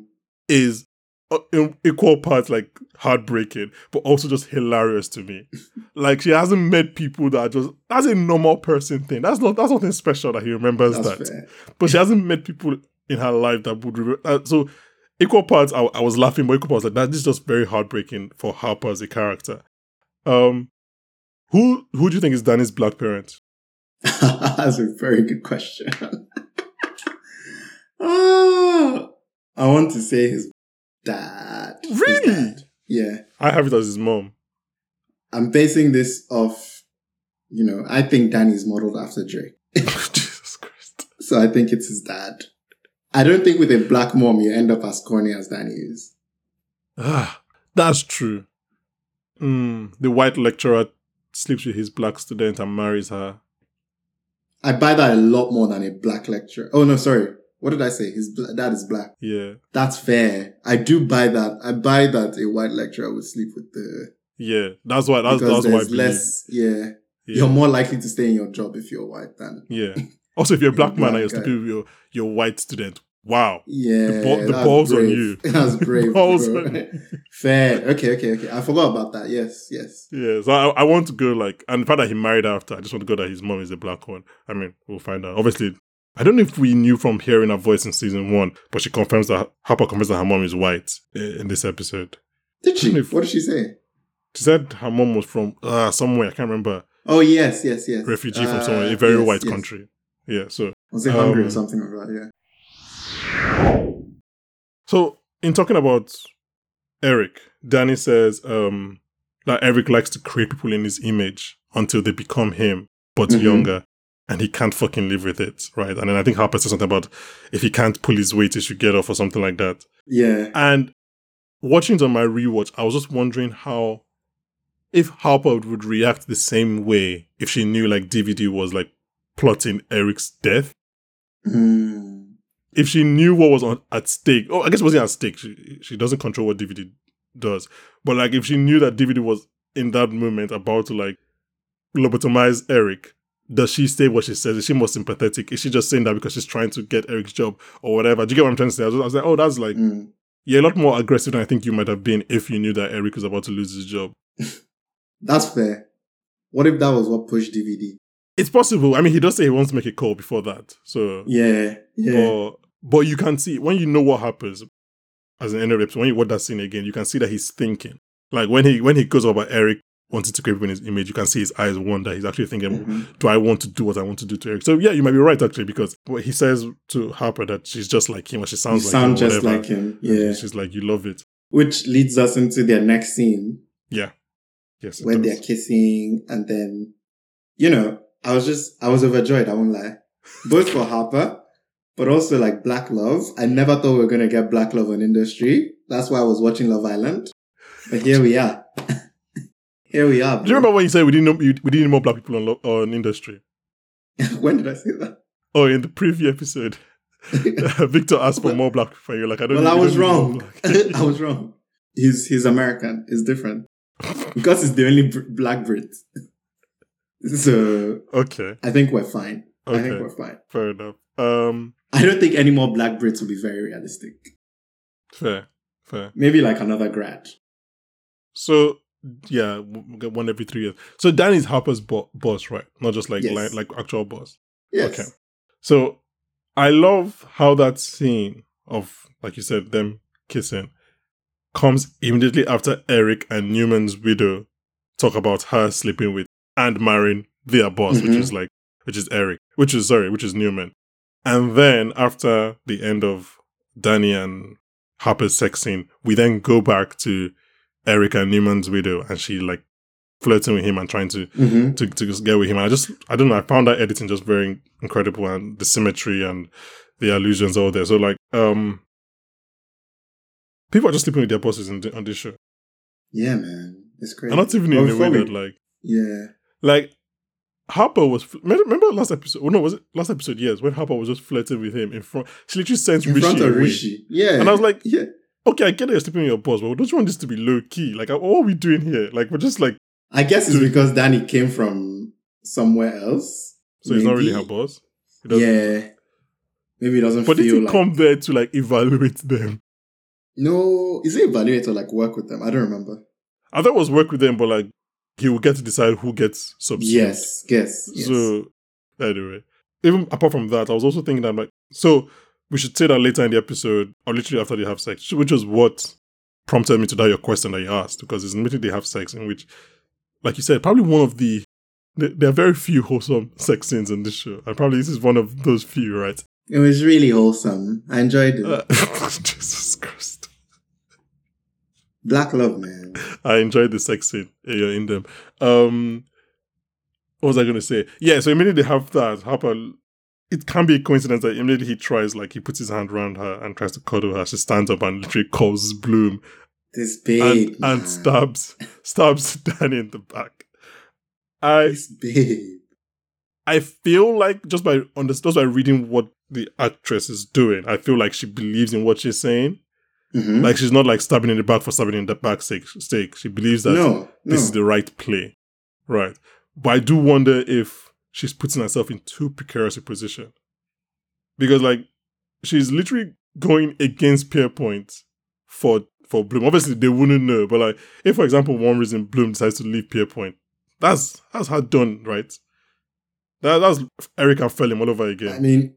[SPEAKER 1] is uh, in equal parts like heartbreaking, but also just hilarious to me. like she hasn't met people that are just that's a normal person thing. That's not that's nothing special that he remembers
[SPEAKER 2] That's
[SPEAKER 1] that.
[SPEAKER 2] fair.
[SPEAKER 1] But she hasn't met people in her life that would remember. Uh, so equal parts, I, I was laughing, but equal parts like that is just very heartbreaking for Harper as a character. Um, who who do you think is Danny's black parent?
[SPEAKER 2] That's a very good question. Ah, I want to say his dad. His
[SPEAKER 1] Really?
[SPEAKER 2] dad. Yeah.
[SPEAKER 1] I have it as his mom.
[SPEAKER 2] I'm basing this off, you know, I think Danny's modeled after Drake.
[SPEAKER 1] Jesus Christ.
[SPEAKER 2] So I think it's his dad. I don't think with a black mom you end up as corny as Danny is.
[SPEAKER 1] Ah, that's true. Mm, the white lecturer sleeps with his black student and marries her.
[SPEAKER 2] I buy that a lot more than a black lecturer. Oh no, sorry. What did I say? His bla- dad is black.
[SPEAKER 1] Yeah,
[SPEAKER 2] That's fair. I do buy that. I buy that a white lecturer would sleep with the
[SPEAKER 1] yeah. That's why. That's
[SPEAKER 2] because
[SPEAKER 1] that's why. I
[SPEAKER 2] there's
[SPEAKER 1] believe.
[SPEAKER 2] less. Yeah,
[SPEAKER 1] yeah.
[SPEAKER 2] you're more likely to stay in your job if you're white than
[SPEAKER 1] yeah. Also, if you're a black man and you're
[SPEAKER 2] Black guy.
[SPEAKER 1] sleeping with your, your white student, wow.
[SPEAKER 2] yeah.
[SPEAKER 1] The ball- the
[SPEAKER 2] that's
[SPEAKER 1] ball's on
[SPEAKER 2] brave.
[SPEAKER 1] you.
[SPEAKER 2] That's brave.
[SPEAKER 1] Balls
[SPEAKER 2] bro.
[SPEAKER 1] on you.
[SPEAKER 2] Fair. Okay. Okay. Okay. I forgot about that. Yes. Yes.
[SPEAKER 1] Yeah, so I, I want to go like, and the fact that he married after, I just want to go that his mom is a black one. I mean, we'll find out. Obviously, I don't know if we knew from hearing her voice in season one, but she confirms that Harper confirms that her mom is white i- in this episode.
[SPEAKER 2] Did she?
[SPEAKER 1] If-
[SPEAKER 2] What did she say?
[SPEAKER 1] She said her mom was from uh, somewhere I can't remember.
[SPEAKER 2] Oh yes. Yes. Yes.
[SPEAKER 1] refugee
[SPEAKER 2] Uh,
[SPEAKER 1] from somewhere, a very
[SPEAKER 2] yes,
[SPEAKER 1] white
[SPEAKER 2] yes.
[SPEAKER 1] country. Yeah. So,
[SPEAKER 2] Was it Hungary
[SPEAKER 1] Um,
[SPEAKER 2] or something like that?
[SPEAKER 1] so in talking about Eric, Danny says um, that Eric likes to create people in his image until they become him, but
[SPEAKER 2] Mhm.
[SPEAKER 1] younger, and he can't fucking live with it, right? And then I think Harper says something about if he can't pull his weight, he should get off or something like that.
[SPEAKER 2] Yeah. Yeah.
[SPEAKER 1] And watching it on my rewatch, I was just wondering how if Harper would react the same way if she knew like DVD was like plotting Eric's death.
[SPEAKER 2] Mm.
[SPEAKER 1] if she knew what was on at stake, oh, I guess it wasn't at stake. She she doesn't control what DVD does, but like if she knew that DVD was in that moment about to like lobotomize Eric, does she say what she says? Is she more sympathetic? Is she just saying that because she's trying to get Eric's job or whatever? Do you get what I'm trying to say? I was, I was like, oh, that's like
[SPEAKER 2] Mm.
[SPEAKER 1] you're a lot more aggressive than I think you might have been if you knew that Eric was about to lose his job.
[SPEAKER 2] That's fair. What if that was what pushed DVD?
[SPEAKER 1] It's possible. I mean, he does say he wants to make a call before that. So,
[SPEAKER 2] Yeah, yeah,
[SPEAKER 1] but, but you can see when you know what happens as an end of the episode, when you watch that scene again, you can see that he's thinking. Like when he when he goes over Eric wanting to create his image, you can see his eyes wander. He's actually thinking,
[SPEAKER 2] Mhm.
[SPEAKER 1] do I want to do what I want to do to Eric? So yeah, you might be right actually because what he says to Harper that she's just like him, or she
[SPEAKER 2] you
[SPEAKER 1] sounds like
[SPEAKER 2] sound
[SPEAKER 1] him, or
[SPEAKER 2] just
[SPEAKER 1] whatever.
[SPEAKER 2] like him.
[SPEAKER 1] And
[SPEAKER 2] Yeah,
[SPEAKER 1] she's like, you love it.
[SPEAKER 2] which leads us into their next scene
[SPEAKER 1] Yes, it
[SPEAKER 2] where
[SPEAKER 1] does.
[SPEAKER 2] they're kissing, and then you know, I was just I was overjoyed. I won't lie, both for Harper, but also like Black Love. I never thought we were gonna get Black Love on Industry. That's why I was watching Love Island, but here we are. here we are.
[SPEAKER 1] Do you remember when you said we didn't know, you- we didn't need more black people on lo- on industry?
[SPEAKER 2] remember when did I say that?
[SPEAKER 1] Oh, in the previous episode, Victor asked for more black people. You're like, I don't.
[SPEAKER 2] Well, I
[SPEAKER 1] we
[SPEAKER 2] was
[SPEAKER 1] don't need
[SPEAKER 2] wrong.
[SPEAKER 1] more black.
[SPEAKER 2] I was wrong. He's he's American. It's different because he's the only br- black Brit. So
[SPEAKER 1] okay,
[SPEAKER 2] I think we're fine. I think
[SPEAKER 1] okay,
[SPEAKER 2] we're fine.
[SPEAKER 1] fair enough. Um,
[SPEAKER 2] I don't think any more black Brits will be very realistic.
[SPEAKER 1] fair, fair.
[SPEAKER 2] Maybe like another grad.
[SPEAKER 1] So yeah, w- we get one every three years. So Dan is Harper's bo- boss, right? Not just like
[SPEAKER 2] Yes.
[SPEAKER 1] li- like actual boss.
[SPEAKER 2] Yes.
[SPEAKER 1] Okay. So I love how that scene of, like you said, them kissing comes immediately after Eric and Newman's widow talk about her sleeping with and marrying their boss, which
[SPEAKER 2] Mhm.
[SPEAKER 1] is like, which is Eric, which is, sorry, which is Newman. And then after the end of Danny and Harper's sex scene, we then go back to Eric and Newman's widow and she like flirting with him and trying to
[SPEAKER 2] hmm
[SPEAKER 1] to, to just get with him. And I just, I don't know, I found that editing just very incredible and the symmetry and the allusions all there. So, like, um, people are just sleeping with their bosses in, the- on this show.
[SPEAKER 2] Yeah, man. It's crazy.
[SPEAKER 1] And not even
[SPEAKER 2] Well,
[SPEAKER 1] in a way
[SPEAKER 2] before
[SPEAKER 1] that,
[SPEAKER 2] we-
[SPEAKER 1] like,
[SPEAKER 2] yeah.
[SPEAKER 1] like, Harper was, fl- remember remember last episode, well, no, was it last episode? Yes, when Harper was just flirting with him in front, she literally sent
[SPEAKER 2] In
[SPEAKER 1] Rishi.
[SPEAKER 2] front of
[SPEAKER 1] away.
[SPEAKER 2] Rishi. Yeah.
[SPEAKER 1] And I was like,
[SPEAKER 2] yeah.
[SPEAKER 1] okay, I get that you're sleeping with your boss, but don't you want this to be low key? Like, what are we doing here? Like, we're just like,
[SPEAKER 2] I guess it's because Danny came from somewhere else.
[SPEAKER 1] so he's not really
[SPEAKER 2] Maybe.
[SPEAKER 1] her boss. He doesn't-
[SPEAKER 2] Yeah. Maybe it doesn't
[SPEAKER 1] But did
[SPEAKER 2] feel
[SPEAKER 1] he
[SPEAKER 2] like.
[SPEAKER 1] come there to like evaluate them?
[SPEAKER 2] no, is it evaluate or like work with them? I don't remember.
[SPEAKER 1] I thought it was work with them, but like he will get to decide who gets subsumed.
[SPEAKER 2] Yes, yes, yes.
[SPEAKER 1] So anyway, even apart from that, I was also thinking that like so we should say that later in the episode, or literally after they have sex, which was what prompted me to that your question that you asked because it's immediately they have sex in which, like you said, probably one of the th- there are very few wholesome sex scenes in this show, and probably this is one of those few, right?
[SPEAKER 2] It was really wholesome. I enjoyed it.
[SPEAKER 1] Uh, Jesus Christ.
[SPEAKER 2] Black love, man.
[SPEAKER 1] I enjoyed the sex scene uh, in them. Um, what was I going to say? Yeah, so immediately they have that. Harper, it can be a coincidence that immediately he tries, like, he puts his hand around her and tries to cuddle her. She stands up and literally calls Bloom
[SPEAKER 2] This babe.
[SPEAKER 1] and,
[SPEAKER 2] man.
[SPEAKER 1] and stabs stabs Danny in the back. I
[SPEAKER 2] This babe.
[SPEAKER 1] I feel like just by under just by reading what the actress is doing, I feel like she believes in what she's saying.
[SPEAKER 2] Mhm.
[SPEAKER 1] Like she's not like stabbing in the back for stabbing in the back sake. sake. She believes that
[SPEAKER 2] no, no.
[SPEAKER 1] this is the right play, right? But I do wonder if she's putting herself in too precarious a position because, like, she's literally going against Pierpoint for for Bloom. Obviously, they wouldn't know, but like, if for example, one reason Bloom decides to leave Pierpoint, that's that's her done, right? That that's Eric and Felin all over again. I,
[SPEAKER 2] I mean,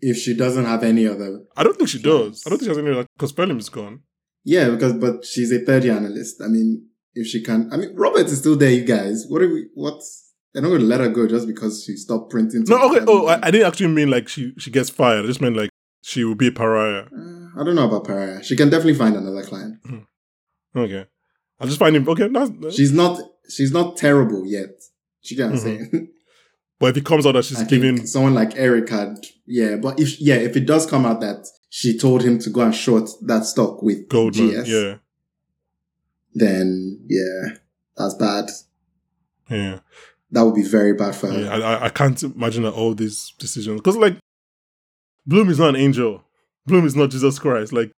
[SPEAKER 2] if she doesn't have any other.
[SPEAKER 1] don't think she does. I don't think she has any because Felin is gone.
[SPEAKER 2] Yeah, because, but she's a third year analyst. I mean, if she can. I mean, Robert is still there, you guys. What are we. What's. They're not going to let her go just because she stopped printing.
[SPEAKER 1] No, okay.
[SPEAKER 2] something.
[SPEAKER 1] Oh, I, I didn't actually mean like she she gets fired. I just meant like she will be a pariah.
[SPEAKER 2] Uh, I don't know about Pariah. She can definitely find another client.
[SPEAKER 1] Okay. I just find him okay. That's,
[SPEAKER 2] She's not. She's not terrible yet. Do You get what I'm
[SPEAKER 1] Mhm.
[SPEAKER 2] saying?
[SPEAKER 1] but if it comes out that she's
[SPEAKER 2] I think
[SPEAKER 1] giving,
[SPEAKER 2] someone like Eric had, yeah. But if yeah, if it does come out that she told him to go and short that stock with
[SPEAKER 1] Goldman,
[SPEAKER 2] GS,
[SPEAKER 1] yeah,
[SPEAKER 2] then yeah, that's bad.
[SPEAKER 1] yeah,
[SPEAKER 2] That would be very bad for her.
[SPEAKER 1] yeah. I, I- I can't imagine that all these decisions because like Bloom is not an angel. Bloom is not Jesus Christ. Like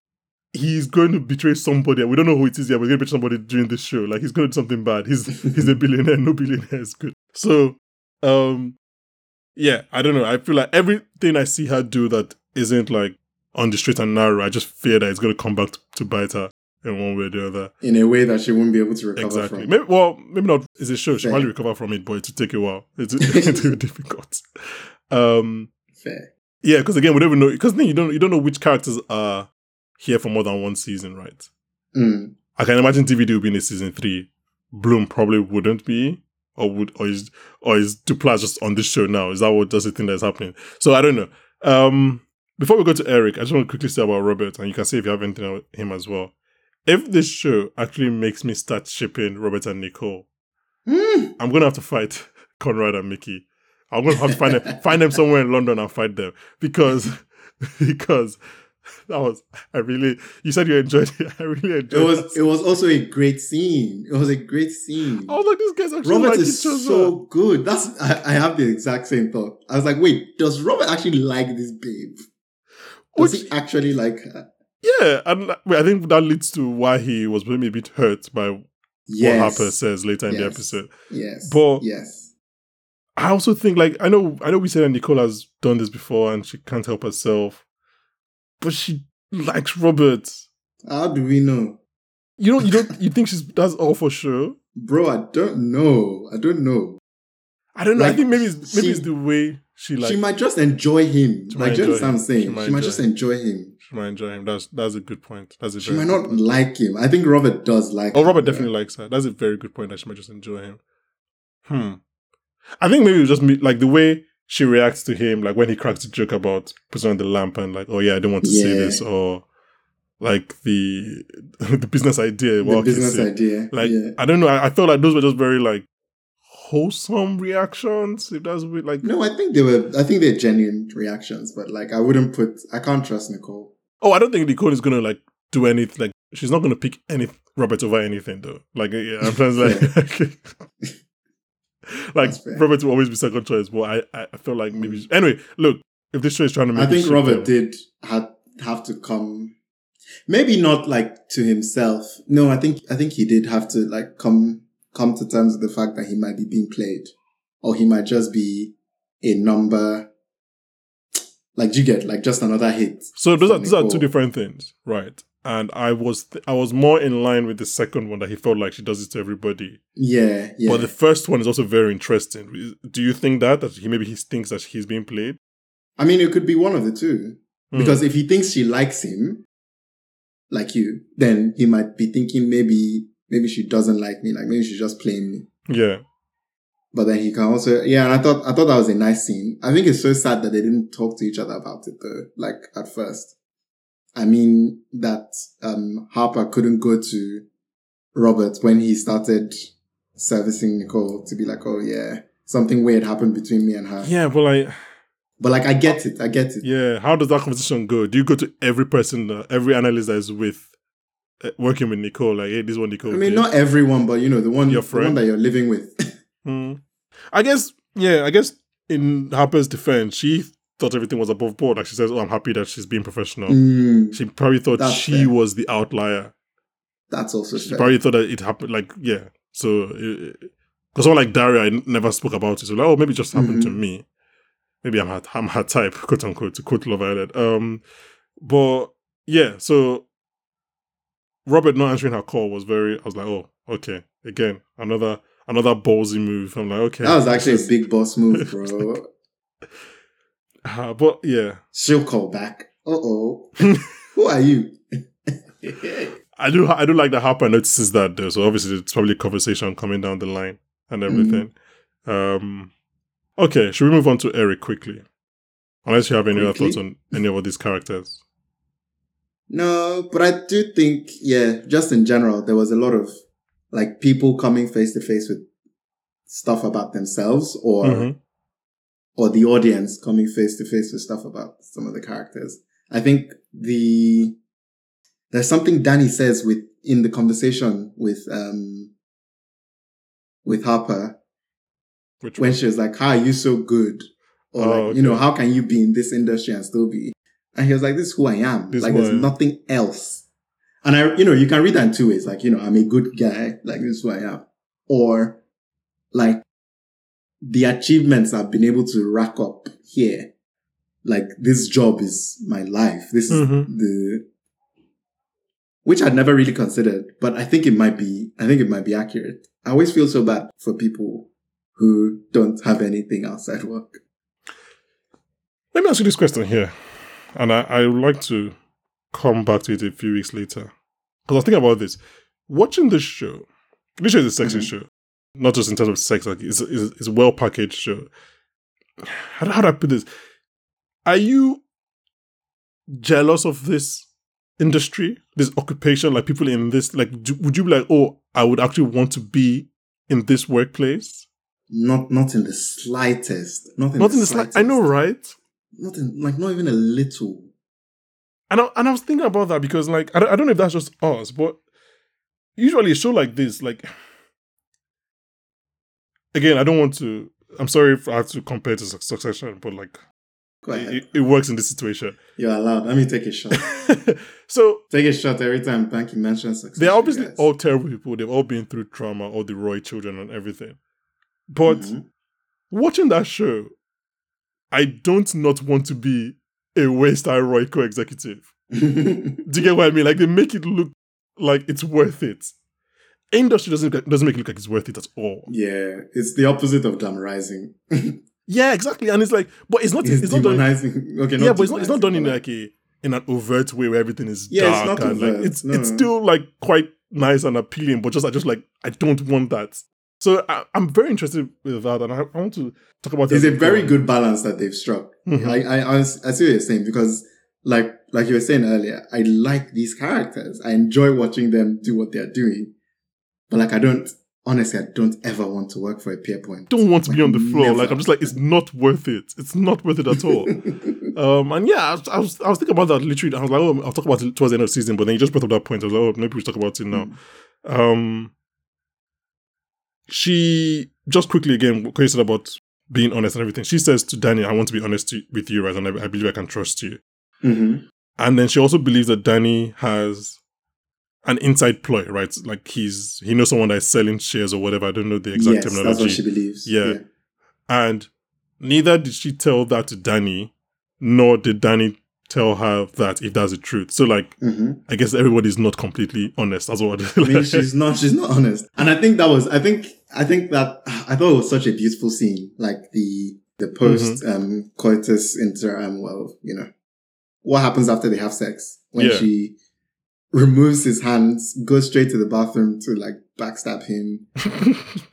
[SPEAKER 1] he's going to betray somebody. We don't know who it is yet. We're going to betray somebody during this show. Like he's going to do something bad. He's he's a billionaire. No billionaire is good. So, um, yeah, I don't know. I feel like everything I see her do that isn't like on the straight and narrow. I just fear that it's going to come back to, to bite her. in one way or the other.
[SPEAKER 2] in a way that she won't be able to recover
[SPEAKER 1] exactly.
[SPEAKER 2] from.
[SPEAKER 1] Maybe, well, maybe not. It's a show. She
[SPEAKER 2] Fair.
[SPEAKER 1] might recover from it, but it will take a while. It's it'll be difficult. Um,
[SPEAKER 2] Fair.
[SPEAKER 1] yeah, because again, we don't even know. Because then you don't you don't know which characters are here for more than one season, right?
[SPEAKER 2] Mm.
[SPEAKER 1] I can imagine DVD will be in the season three. Bloom probably wouldn't be, or would, or is, or is Duplas just on this show now? Is that what that's the thing that's happening? So I don't know. Um, before we go to Eric, I just want to quickly say about Robert, and you can see if you have anything about him as well. If this show actually makes me start shipping Robert and Nicole,
[SPEAKER 2] Mm.
[SPEAKER 1] I'm gonna have to fight Conrad and Mickey. I'm gonna have to find them, find them somewhere in London and fight them because because that was I really you said you enjoyed it. I really
[SPEAKER 2] It
[SPEAKER 1] enjoyed.
[SPEAKER 2] was
[SPEAKER 1] that.
[SPEAKER 2] it was also a great scene. It was a great scene.
[SPEAKER 1] I was like, these guys actually
[SPEAKER 2] Robert
[SPEAKER 1] Oh, like
[SPEAKER 2] is
[SPEAKER 1] each other.
[SPEAKER 2] so good. That's I, I have the exact same thought. I was like, wait, does Robert actually like this babe? Does
[SPEAKER 1] Which-
[SPEAKER 2] he actually like her?
[SPEAKER 1] yeah, and like, I think that leads to why he was maybe a bit hurt by
[SPEAKER 2] Yes.
[SPEAKER 1] what Harper says later in the
[SPEAKER 2] Yes.
[SPEAKER 1] episode.
[SPEAKER 2] Yes.
[SPEAKER 1] But-
[SPEAKER 2] yes.
[SPEAKER 1] I also think like I know I know we said that Nicole has done this before and she can't help herself, but she likes Robert.
[SPEAKER 2] How do we know?
[SPEAKER 1] You don't you don't you think she's that's all for sure?
[SPEAKER 2] Bro, I don't know. I don't know.
[SPEAKER 1] I don't know. I
[SPEAKER 2] Like,
[SPEAKER 1] think maybe it's, maybe
[SPEAKER 2] she-
[SPEAKER 1] it's the way she like
[SPEAKER 2] she might just enjoy him.
[SPEAKER 1] She
[SPEAKER 2] Like,
[SPEAKER 1] might
[SPEAKER 2] do you
[SPEAKER 1] enjoy
[SPEAKER 2] understand what I'm
[SPEAKER 1] him.
[SPEAKER 2] saying?
[SPEAKER 1] She
[SPEAKER 2] She
[SPEAKER 1] might
[SPEAKER 2] might,
[SPEAKER 1] enjoy
[SPEAKER 2] just
[SPEAKER 1] him.
[SPEAKER 2] enjoy him.
[SPEAKER 1] she might enjoy him. That's that's a good point. That's a
[SPEAKER 2] She
[SPEAKER 1] very
[SPEAKER 2] might
[SPEAKER 1] good
[SPEAKER 2] not
[SPEAKER 1] point.
[SPEAKER 2] like him. I think Robert does like
[SPEAKER 1] Oh,
[SPEAKER 2] him,
[SPEAKER 1] Robert
[SPEAKER 2] bro.
[SPEAKER 1] definitely likes her. That's a very good point. That she might just enjoy him. Hmm. I think maybe it was just me, like the way she reacts to him, like when he cracks the joke about puts her on the lamp and like, oh yeah, I don't want to say
[SPEAKER 2] Yeah.
[SPEAKER 1] this, or like the the business idea.
[SPEAKER 2] the
[SPEAKER 1] well,
[SPEAKER 2] business
[SPEAKER 1] okay, see.
[SPEAKER 2] idea.
[SPEAKER 1] Like
[SPEAKER 2] yeah.
[SPEAKER 1] I don't know. I, I felt like those were just very like wholesome reactions. If that's weird, like
[SPEAKER 2] No, I think they were. I think they're genuine reactions, but like I wouldn't put. I can't trust Nicole.
[SPEAKER 1] Oh, I don't think Nicole is gonna like do anything. Like she's not gonna pick any Robert over anything though. Like yeah, I'm just like. Like
[SPEAKER 2] That's fair.
[SPEAKER 1] Robert will always be second choice, but I, I I feel like maybe anyway. Look, if this show is trying to make,
[SPEAKER 2] I think
[SPEAKER 1] shit
[SPEAKER 2] Robert
[SPEAKER 1] up-
[SPEAKER 2] did had have to come. Maybe not like to himself. No, I think I think he did have to like come come to terms with the fact that he might be being played, or he might just be a number. Like do you get like just another hit.
[SPEAKER 1] So those
[SPEAKER 2] for
[SPEAKER 1] are those are two
[SPEAKER 2] Nicole.
[SPEAKER 1] different things, right? And I was th- I was more in line with the second one that he felt like she does it to everybody.
[SPEAKER 2] Yeah, yeah.
[SPEAKER 1] But the first one is also very interesting. Do you think that that he maybe he thinks that he's being played?
[SPEAKER 2] I mean, it could be one of the two.
[SPEAKER 1] Hmm.
[SPEAKER 2] Because if he thinks she likes him, like you, then he might be thinking maybe maybe she doesn't like me, like maybe she's just playing me.
[SPEAKER 1] Yeah,
[SPEAKER 2] But then he can also yeah, and I thought I thought that was a nice scene. I think it's so sad that they didn't talk to each other about it though, like at first. I mean that um Harper couldn't go to Robert when he started servicing Nicole to be like, Oh yeah, something weird happened between me and her.
[SPEAKER 1] yeah. But like,
[SPEAKER 2] But like I get it, I get it.
[SPEAKER 1] Yeah, how does that conversation go? Do you go to every person, uh, every analyst that is with uh, working with Nicole, like, hey, this one Nicole.
[SPEAKER 2] I mean,
[SPEAKER 1] did.
[SPEAKER 2] not everyone, but you know, the one,
[SPEAKER 1] Your
[SPEAKER 2] the one
[SPEAKER 1] friend.
[SPEAKER 2] that you're living with.
[SPEAKER 1] Hmm. I guess, yeah, I guess in Harper's defense, she thought everything was above board. Like she says, oh, I'm happy that she's being professional.
[SPEAKER 2] Mm,
[SPEAKER 1] She probably thought
[SPEAKER 2] That's
[SPEAKER 1] she
[SPEAKER 2] fair.
[SPEAKER 1] was the outlier.
[SPEAKER 2] that's also
[SPEAKER 1] She
[SPEAKER 2] fair.
[SPEAKER 1] probably thought that it happened, like, yeah. So, because someone like Daria, I n- never spoke about it. So, like, oh, maybe it just happened to
[SPEAKER 2] Mm-hmm.
[SPEAKER 1] me. Maybe I'm her, I'm her type, quote unquote, to quote Love Island. Um, But yeah, so Robert not answering her call was very. I was like, oh, okay, again, another another ballsy move. I'm like, okay,
[SPEAKER 2] that was actually
[SPEAKER 1] this
[SPEAKER 2] a
[SPEAKER 1] is-
[SPEAKER 2] big boss move, bro.
[SPEAKER 1] Uh, but yeah,
[SPEAKER 2] She'll call back. Uh oh. Who are you?
[SPEAKER 1] I do I do like that Harper notices that though. So obviously, it's probably a conversation coming down the line and
[SPEAKER 2] Mm-hmm.
[SPEAKER 1] everything. Um, okay, should we move on to Eric quickly? Unless you have any other
[SPEAKER 2] Quickly?
[SPEAKER 1] thoughts on any of these characters.
[SPEAKER 2] no, but I do think, yeah, just in general, there was a lot of like people coming face to face with stuff about themselves or
[SPEAKER 1] Mhm.
[SPEAKER 2] or the audience coming face to face with stuff about some of the characters. I think the there's something Danny says with in the conversation with um with Harper
[SPEAKER 1] Which
[SPEAKER 2] when she was like, "How are you so good?" Or
[SPEAKER 1] Oh,
[SPEAKER 2] like, you know,
[SPEAKER 1] okay.
[SPEAKER 2] how can you be in this industry and still be? And he was like, "This is who I am.
[SPEAKER 1] This is
[SPEAKER 2] like,
[SPEAKER 1] who
[SPEAKER 2] there's
[SPEAKER 1] I am."
[SPEAKER 2] nothing else." And I, you know, you can read that in two ways. Like, you know, I'm a good guy. Like, this is who I am. Or, like, the achievements I've been able to rack up here.
[SPEAKER 1] Mm-hmm.
[SPEAKER 2] Like, this job is my life. This is
[SPEAKER 1] Mhm.
[SPEAKER 2] the which I'd never really considered, but I think it might be, I think it might be accurate. I always feel so bad for people who don't have anything outside work.
[SPEAKER 1] Let me ask you this question here, and I, I would like to come back to it a few weeks later because I was thinking about this. Watching this show, this show is a sexy
[SPEAKER 2] Mhm.
[SPEAKER 1] show, not just in terms of sex. Like it's it's, it's a well packaged show. How, do- how do I put this? Are you jealous of this industry, this occupation? Like people in this, like do, would you be like, oh, I would actually want to be in this workplace?
[SPEAKER 2] Not, not in the slightest. Not in
[SPEAKER 1] Not
[SPEAKER 2] the
[SPEAKER 1] in this. Like,
[SPEAKER 2] slightest.
[SPEAKER 1] I know, right?
[SPEAKER 2] Not in, like, not even a little.
[SPEAKER 1] And I, and I was thinking about that because, like, I don't, I don't know if that's just us, but usually a show like this, like, again, I don't want to. I'm sorry if I have to compare to Suc- Succession, but like,
[SPEAKER 2] Go ahead.
[SPEAKER 1] it, it works in this situation.
[SPEAKER 2] You're allowed. Let me take a shot.
[SPEAKER 1] so
[SPEAKER 2] take a shot every time Banky mentions success.
[SPEAKER 1] they're obviously
[SPEAKER 2] guys.
[SPEAKER 1] all terrible people. They've all been through trauma, all the Roy children and everything. But
[SPEAKER 2] Mhm.
[SPEAKER 1] watching that show, I don't not want to be a West Eye Roy co-executive.
[SPEAKER 2] Mm-hmm.
[SPEAKER 1] Do you get what I mean? Like they make it look like it's worth it. Industry doesn't doesn't make it look like it's worth it at all.
[SPEAKER 2] yeah, it's the opposite of glamorizing.
[SPEAKER 1] Yeah, exactly. And it's like, but it's not. It's,
[SPEAKER 2] It's,
[SPEAKER 1] not done.
[SPEAKER 2] demonizing. okay, not
[SPEAKER 1] yeah, but it's not. It's not
[SPEAKER 2] demonizing,
[SPEAKER 1] done in
[SPEAKER 2] but
[SPEAKER 1] like a in an overt way where everything is
[SPEAKER 2] Yeah, it's
[SPEAKER 1] dark
[SPEAKER 2] not
[SPEAKER 1] and like
[SPEAKER 2] overt,
[SPEAKER 1] it's
[SPEAKER 2] no.
[SPEAKER 1] it's still like quite nice and appealing. But just I just like I don't want that. So I, I'm very interested with that, and I, I want to talk about. it
[SPEAKER 2] it's
[SPEAKER 1] as
[SPEAKER 2] a
[SPEAKER 1] we
[SPEAKER 2] very
[SPEAKER 1] go.
[SPEAKER 2] good balance that they've struck.
[SPEAKER 1] Mhm.
[SPEAKER 2] I, I, I, was- I see what you're saying because, like, like you were saying earlier, I like these characters. I enjoy watching them do what they're doing, but like, I don't honestly, I don't ever want to work for a peer point.
[SPEAKER 1] don't want to be
[SPEAKER 2] Like,
[SPEAKER 1] on the floor.
[SPEAKER 2] never.
[SPEAKER 1] Like I'm just like it's not worth it. It's not worth it at all. Um, and yeah, I was, I was I was thinking about that literally. I was like, oh, I'll talk about it towards the end of the season, but then you just brought up that point. I was like, oh, maybe we should talk about it now. Um, she just quickly again, what you said about being honest and everything. She says to Danny, "I want to be honest to, with you, right? And I, I believe I can trust you."
[SPEAKER 2] hmm
[SPEAKER 1] And then she also believes that Danny has an inside ploy, right? Like he's he knows someone that is selling shares or whatever. I don't know the exact
[SPEAKER 2] yes,
[SPEAKER 1] terminology
[SPEAKER 2] that's what she believes.
[SPEAKER 1] Yeah. and neither did she tell that to Danny, nor did Danny tell her that if that's the truth. So like,
[SPEAKER 2] hmm
[SPEAKER 1] I guess everybody's not completely honest. That's what.
[SPEAKER 2] I mean, she's not. She's not honest. And I think that was. I think. I think that. I thought it was such a beautiful scene, like the the post um coitus inter. Um, well, you know, what happens after they have sex when
[SPEAKER 1] Yeah.
[SPEAKER 2] she removes his hands, goes straight to the bathroom to like backstab him,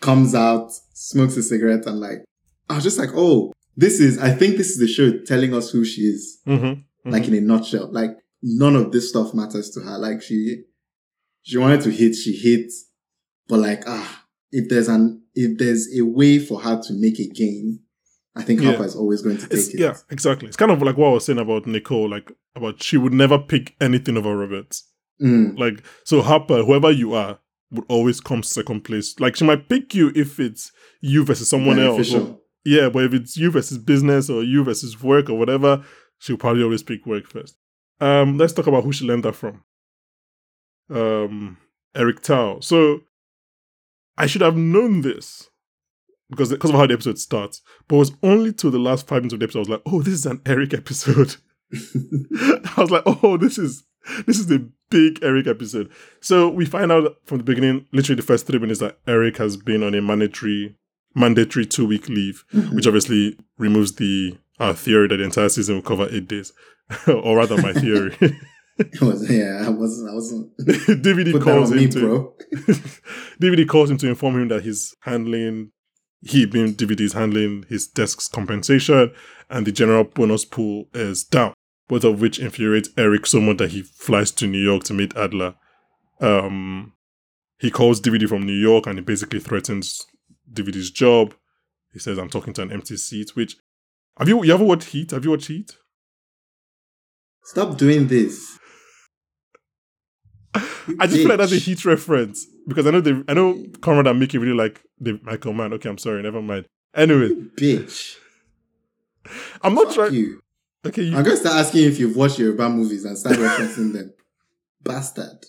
[SPEAKER 2] comes out, smokes a cigarette, and like I was just like, oh, this is. I think this is the show telling us who she is
[SPEAKER 1] Mhm.
[SPEAKER 2] like in a nutshell. Like none of this stuff matters to her. Like she, she wanted to hit, she hit, but like ah, if there's an if there's a way for her to make a gain, I think
[SPEAKER 1] Yeah.
[SPEAKER 2] Harper is always going to take
[SPEAKER 1] It's-
[SPEAKER 2] it.
[SPEAKER 1] yeah, exactly. It's kind of like what I was saying about Nicole, like about she would never pick anything over Roberts.
[SPEAKER 2] Mm,
[SPEAKER 1] Like so, Harper, whoever you are, would always come second place. Like she might pick you if it's you versus someone else, or
[SPEAKER 2] beneficial.
[SPEAKER 1] Yeah, but if it's you versus business or you versus work or whatever, she'll probably always pick work first. Um, let's talk about who she learned that from. Um, Eric Tao. So I should have known this because because of how the episode starts. But it was only to the last five minutes of the episode I was like, oh, this is an Eric episode. I was like, oh, this is this is the big Eric episode. So we find out from the beginning, literally the first three minutes, that Eric has been on a mandatory mandatory two week leave
[SPEAKER 2] Mhm.
[SPEAKER 1] which obviously removes the uh, theory that the entire season will cover eight days, or rather, my theory.
[SPEAKER 2] It was, yeah, I wasn't. I wasn't.
[SPEAKER 1] DVD
[SPEAKER 2] Put that
[SPEAKER 1] calls
[SPEAKER 2] on me,
[SPEAKER 1] him to
[SPEAKER 2] bro.
[SPEAKER 1] DVD calls him to inform him that he's handling, he being DVD is handling his desk's compensation, and the general bonus pool is down. Both of which infuriates Eric so much that he flies to New York to meet Adler. Um, he calls DVD from New York and he basically threatens DVD's job. He says, "I'm talking to an empty seat." Which have you you ever watched Heat? Have you watched Heat?
[SPEAKER 2] Stop doing this.
[SPEAKER 1] I just feel like that's a
[SPEAKER 2] Bitch.
[SPEAKER 1] Heat reference because I know they, I know Conrad and Mickey really like the Michael Mann. Okay, I'm sorry, never mind. Anyway,
[SPEAKER 2] Bitch.
[SPEAKER 1] I'm not
[SPEAKER 2] Fuck
[SPEAKER 1] trying.
[SPEAKER 2] you.
[SPEAKER 1] Okay,
[SPEAKER 2] I'm
[SPEAKER 1] you,
[SPEAKER 2] going to start asking if you've watched Yoruba movies and start referencing them. Bastard.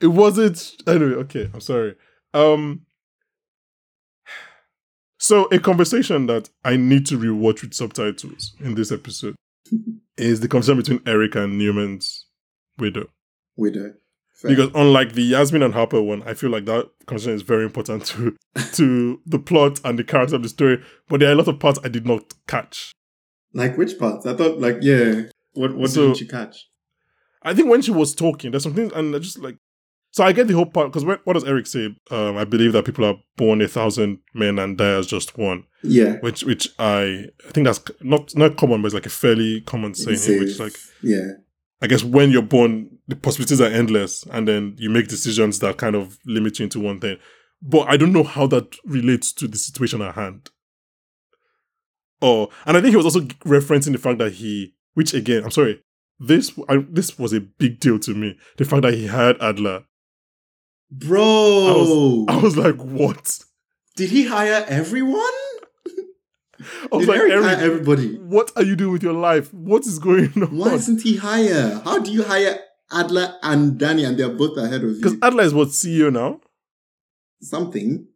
[SPEAKER 1] it wasn't. Anyway, okay, I'm sorry. Um, so a conversation that I need to rewatch with subtitles in this episode is the conversation between Eric and Newman's widow.
[SPEAKER 2] Widow. Fair.
[SPEAKER 1] Because unlike the Yasmin and Harper one, I feel like that conversation is very important to to the plot and the character of the story. But there are a lot of parts I did not catch.
[SPEAKER 2] like which parts? I thought like yeah. What what
[SPEAKER 1] So-
[SPEAKER 2] didn't you catch?
[SPEAKER 1] I think when she was talking, there's some things, and I just like. So I get the whole part because what does Eric say? Um, I believe that people are born a thousand men and die as just one,
[SPEAKER 2] Yeah.
[SPEAKER 1] which which I I think that's not not common, but it's like a fairly common saying,
[SPEAKER 2] Say-
[SPEAKER 1] which like
[SPEAKER 2] yeah.
[SPEAKER 1] I guess when you're born, the possibilities are endless, and then you make decisions that kind of limit you into one thing. But I don't know how that relates to the situation at hand. Oh, and I think he was also referencing the fact that he, which again, I'm sorry, this I, this was a big deal to me. The fact that he hired Adler,
[SPEAKER 2] Bro,
[SPEAKER 1] I was like, what?
[SPEAKER 2] did he hire everyone?
[SPEAKER 1] I was
[SPEAKER 2] Did
[SPEAKER 1] like,
[SPEAKER 2] Eric
[SPEAKER 1] Eric,
[SPEAKER 2] hire everybody?
[SPEAKER 1] what are you doing with your life? What is going on?
[SPEAKER 2] Why isn't he higher? How do you hire Adler and Danny and they're both ahead of
[SPEAKER 1] Because
[SPEAKER 2] you?
[SPEAKER 1] Adler is what CEO now.
[SPEAKER 2] Something.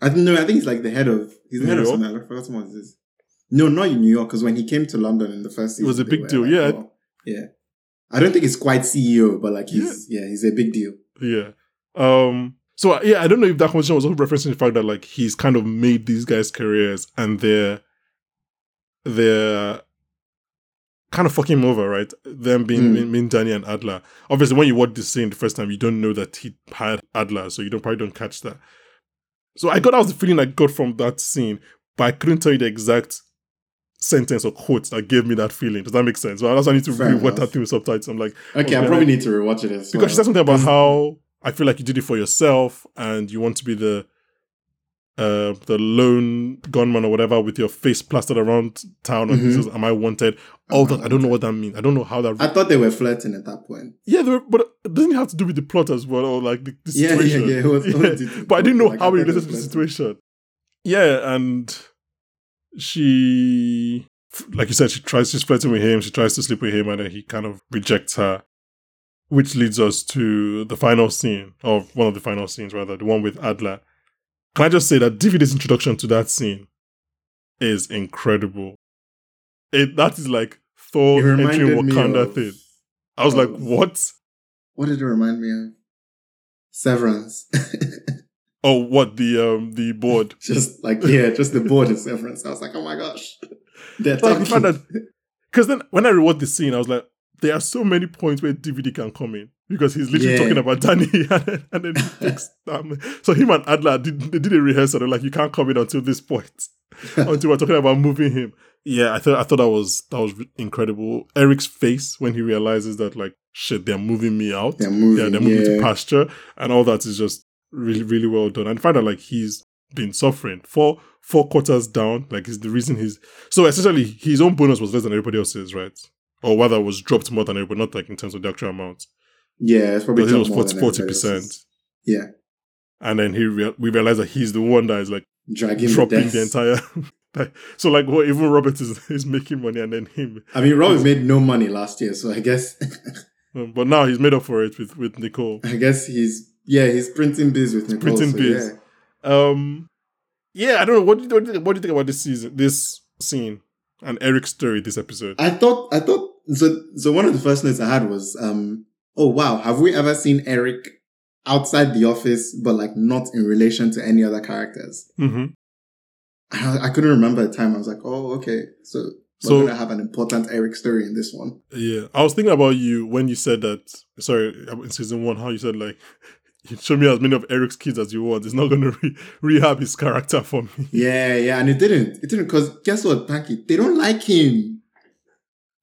[SPEAKER 2] I don't know. I think he's like the head of. He's the
[SPEAKER 1] New
[SPEAKER 2] head of
[SPEAKER 1] York?
[SPEAKER 2] something. I forgot what it is. No, not in New York. Because when he came to London in the first
[SPEAKER 1] It
[SPEAKER 2] season,
[SPEAKER 1] was a
[SPEAKER 2] they
[SPEAKER 1] big
[SPEAKER 2] were
[SPEAKER 1] deal,
[SPEAKER 2] like,
[SPEAKER 1] yeah.
[SPEAKER 2] "Wow." yeah. I don't think he's quite CEO, but like he's yeah, he's a big deal.
[SPEAKER 1] Yeah. Um. So uh, yeah, I don't know if that conversation was also referencing the fact that like he's kind of made these guys' careers and they're they're kind of fucking him over, right? Them being
[SPEAKER 2] Hmm.
[SPEAKER 1] being Danny and Adler. Obviously, when you watch this scene the first time, you don't know that he hired Adler, so you don't probably don't catch that. So I got that was the feeling I got from that scene, but I couldn't tell you the exact sentence or quote that gave me that feeling. Does that make sense? Well, that's why I need to
[SPEAKER 2] Fair
[SPEAKER 1] rewatch
[SPEAKER 2] enough.
[SPEAKER 1] that thing with subtitles. I'm like
[SPEAKER 2] Okay, I
[SPEAKER 1] Okay.
[SPEAKER 2] probably need to rewatch it as
[SPEAKER 1] because she said
[SPEAKER 2] well.
[SPEAKER 1] something about how I feel like you did it for yourself and you want to be the uh the lone gunman or whatever with your face plastered around town and
[SPEAKER 2] Mhm.
[SPEAKER 1] he says, Am I wanted? All that I don't know what that means. I don't know how that
[SPEAKER 2] I thought they were flirting at that point.
[SPEAKER 1] Yeah, they were- but it doesn't have to do with the plot as well or like the, the
[SPEAKER 2] Yeah, yeah,
[SPEAKER 1] situation.
[SPEAKER 2] yeah. it was-
[SPEAKER 1] Yeah, but I didn't know
[SPEAKER 2] Like,
[SPEAKER 1] how it
[SPEAKER 2] thought they
[SPEAKER 1] related
[SPEAKER 2] were
[SPEAKER 1] to the
[SPEAKER 2] flirting.
[SPEAKER 1] situation. Yeah, and she, like you said, she tries. She's flirting with him. She tries to sleep with him, and then he kind of rejects her, which leads us to the final scene of one of the final scenes, rather the one with Adler. Can I just say that DVD's introduction to that scene is incredible. It that is like Thor
[SPEAKER 2] It
[SPEAKER 1] entering
[SPEAKER 2] reminded me
[SPEAKER 1] Wakanda
[SPEAKER 2] of-
[SPEAKER 1] thing. I was like,
[SPEAKER 2] of-
[SPEAKER 1] what?
[SPEAKER 2] What did it remind me of? Severance.
[SPEAKER 1] Oh, what the um the board?
[SPEAKER 2] just like yeah, just the board in Severance. I was like, oh my gosh, they're
[SPEAKER 1] Like, the fact
[SPEAKER 2] talking.
[SPEAKER 1] that- Because then when I rewatch the scene, I was like, there are so many points where DVD can come in because he's literally
[SPEAKER 2] Yeah.
[SPEAKER 1] talking about Danny and then, and then he takes um, so him and Adler did they did a rehearsal. They're like, you can't come in until this point, until we're talking about moving him. Yeah, I thought I thought that was that was incredible. Eric's face when he realizes that like shit, they're moving me out.
[SPEAKER 2] they're moving.
[SPEAKER 1] yeah, they're moving to pasture, and all that is just really, really well done. And the fact that like he's been suffering four four quarters down, like is the reason he's so essentially his own bonus was less than everybody else's, right? Or rather, was dropped more than everybody, not like in terms of the actual amount.
[SPEAKER 2] Yeah, it's probably
[SPEAKER 1] Because it was
[SPEAKER 2] top more than
[SPEAKER 1] forty
[SPEAKER 2] everybody
[SPEAKER 1] percent,
[SPEAKER 2] else's. Yeah,
[SPEAKER 1] and then he rea- we realize that he's the one that is like
[SPEAKER 2] dragging
[SPEAKER 1] dropping
[SPEAKER 2] the
[SPEAKER 1] the
[SPEAKER 2] entire.
[SPEAKER 1] entire. like, so like, what even Robert is is making money, and then him,
[SPEAKER 2] I mean, Rob made no money last year, so I guess
[SPEAKER 1] Um, but now he's made up for it with with Nicole.
[SPEAKER 2] I guess he's yeah he's printing biz with Nicole.
[SPEAKER 1] printing
[SPEAKER 2] so
[SPEAKER 1] biz.
[SPEAKER 2] yeah.
[SPEAKER 1] Um, yeah, I don't know. What do you, what do you, think- what do you think about this season, this scene, and Eric's story this episode?
[SPEAKER 2] I thought I thought so. So one of the first notes I had was, um, oh wow, have we ever seen Eric outside the office, but like not in relation to any other characters?
[SPEAKER 1] Mm-hmm.
[SPEAKER 2] I, I couldn't remember the time. I was like, oh, okay. So we're
[SPEAKER 1] So-
[SPEAKER 2] gonna have an important Eric story in this one.
[SPEAKER 1] Yeah, I was thinking about you when you said that. Sorry, in season one, how you said like, you show me as many of Eric's kids as you want. It's not going to re- rehab his character for me.
[SPEAKER 2] Yeah, yeah, and it didn't. It didn't because guess what, Panky? They don't like him.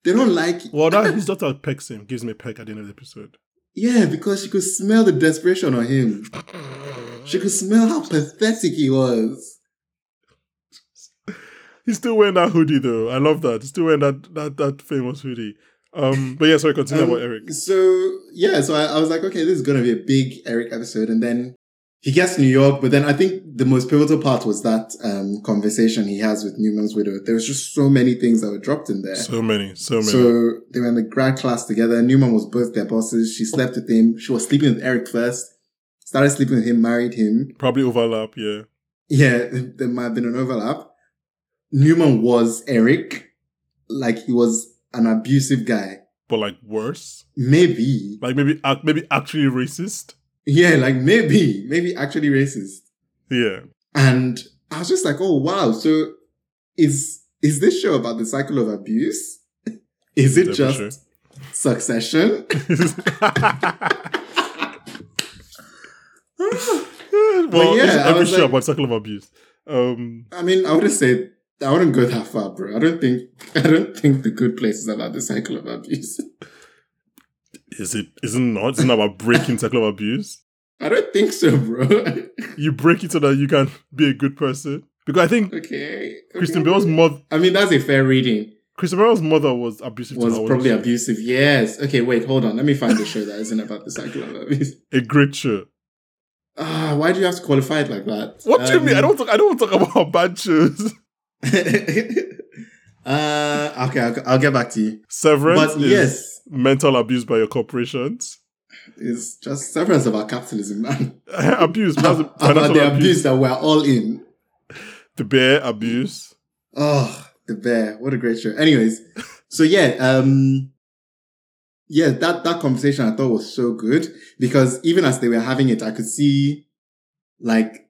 [SPEAKER 2] They don't like.
[SPEAKER 1] Well, that his daughter pecks him, gives me a peck at the end of the episode.
[SPEAKER 2] Yeah, because she could smell the desperation on him. She could smell how pathetic he was.
[SPEAKER 1] He's still wearing that hoodie though. I love that. He's still wearing that that that famous hoodie. Um, but yeah, sorry, continue
[SPEAKER 2] Um,
[SPEAKER 1] about Eric.
[SPEAKER 2] So yeah, so I, I was like, okay, this is gonna be a big Eric episode, and then he gets to New York. But then I think the most pivotal part was that um, conversation he has with Newman's widow. There was just so many things that were dropped in there.
[SPEAKER 1] So many, so many.
[SPEAKER 2] So they were in the grad class together. Newman was both their bosses. She slept with him. She was sleeping with Eric first. Started sleeping with him. Married him.
[SPEAKER 1] Probably overlap. Yeah.
[SPEAKER 2] Yeah, there might have been an overlap. Newman was Eric, like he was an abusive guy.
[SPEAKER 1] but like worse.
[SPEAKER 2] Maybe.
[SPEAKER 1] Like maybe ac- maybe actually racist.
[SPEAKER 2] Yeah, like maybe, maybe actually racist.
[SPEAKER 1] Yeah.
[SPEAKER 2] And I was just like, oh wow, so is is this show about the cycle of abuse? Is it
[SPEAKER 1] Yeah,
[SPEAKER 2] just
[SPEAKER 1] for
[SPEAKER 2] succession?
[SPEAKER 1] well,
[SPEAKER 2] yeah,
[SPEAKER 1] it's
[SPEAKER 2] I
[SPEAKER 1] every
[SPEAKER 2] was
[SPEAKER 1] show
[SPEAKER 2] like-
[SPEAKER 1] about cycle of abuse. Um,
[SPEAKER 2] I mean, I wouldn't say I wouldn't go that far, bro. I don't think I don't think the good place is about the cycle of abuse.
[SPEAKER 1] is it? Is it not? It's not about breaking cycle of abuse.
[SPEAKER 2] I don't think so, bro.
[SPEAKER 1] You break it so that you can be a good person. Because I think
[SPEAKER 2] okay.
[SPEAKER 1] Kristen Bell's mother,
[SPEAKER 2] I mean, that's a fair reading.
[SPEAKER 1] Kristen Bell's mother was abusive. to
[SPEAKER 2] Was
[SPEAKER 1] her, wasn't
[SPEAKER 2] probably
[SPEAKER 1] she?
[SPEAKER 2] abusive. Yes. Okay, wait, hold on. Let me find a show that isn't about the cycle of abuse.
[SPEAKER 1] a great show.
[SPEAKER 2] Ah, why do you have to qualify it like that?
[SPEAKER 1] What do you
[SPEAKER 2] Um,
[SPEAKER 1] mean? I don't. Talk, I don't talk about bad shows.
[SPEAKER 2] uh, okay, I'll, I'll get back to you.
[SPEAKER 1] Severance
[SPEAKER 2] but
[SPEAKER 1] is
[SPEAKER 2] yes,
[SPEAKER 1] mental abuse by your corporations.
[SPEAKER 2] it's just severance about capitalism, man.
[SPEAKER 1] abuse, that's
[SPEAKER 2] About
[SPEAKER 1] financial
[SPEAKER 2] the
[SPEAKER 1] abuse.
[SPEAKER 2] abuse that we're all in.
[SPEAKER 1] the bear abuse.
[SPEAKER 2] Oh, the bear! What a great show. Anyways, so yeah, um, yeah, that that conversation I thought was so good because even as they were having it, I could see, like,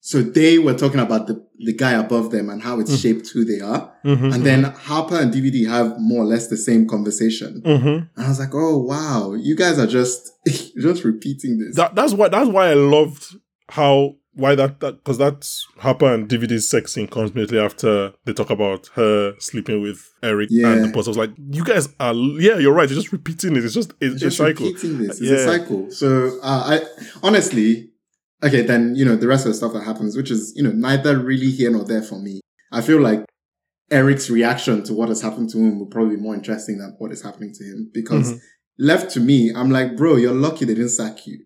[SPEAKER 2] so they were talking about the the guy above them and how it's
[SPEAKER 1] Mhm.
[SPEAKER 2] shaped who they are,
[SPEAKER 1] Hmm.
[SPEAKER 2] and then Harper and DVD have more or less the same conversation.
[SPEAKER 1] Mhm.
[SPEAKER 2] And I was like, oh wow, you guys are just you're just repeating this.
[SPEAKER 1] That, that's why. That's why I loved how why that because that's Harper and DVD's sex scene comes immediately after they talk about her sleeping with Eric
[SPEAKER 2] Yeah.
[SPEAKER 1] and the boss. I was like, you guys are yeah, you're right. You're just repeating it. It's just it's
[SPEAKER 2] just
[SPEAKER 1] a cycle.
[SPEAKER 2] repeating this. It's
[SPEAKER 1] Yeah.
[SPEAKER 2] a cycle. So uh, I honestly, okay, then you know the rest of the stuff that happens, which is you know neither really here nor there for me. I feel like Eric's reaction to what has happened to him will probably be more interesting than what is happening to him because
[SPEAKER 1] Mhm.
[SPEAKER 2] left to me, I'm like, bro, you're lucky they didn't sack you.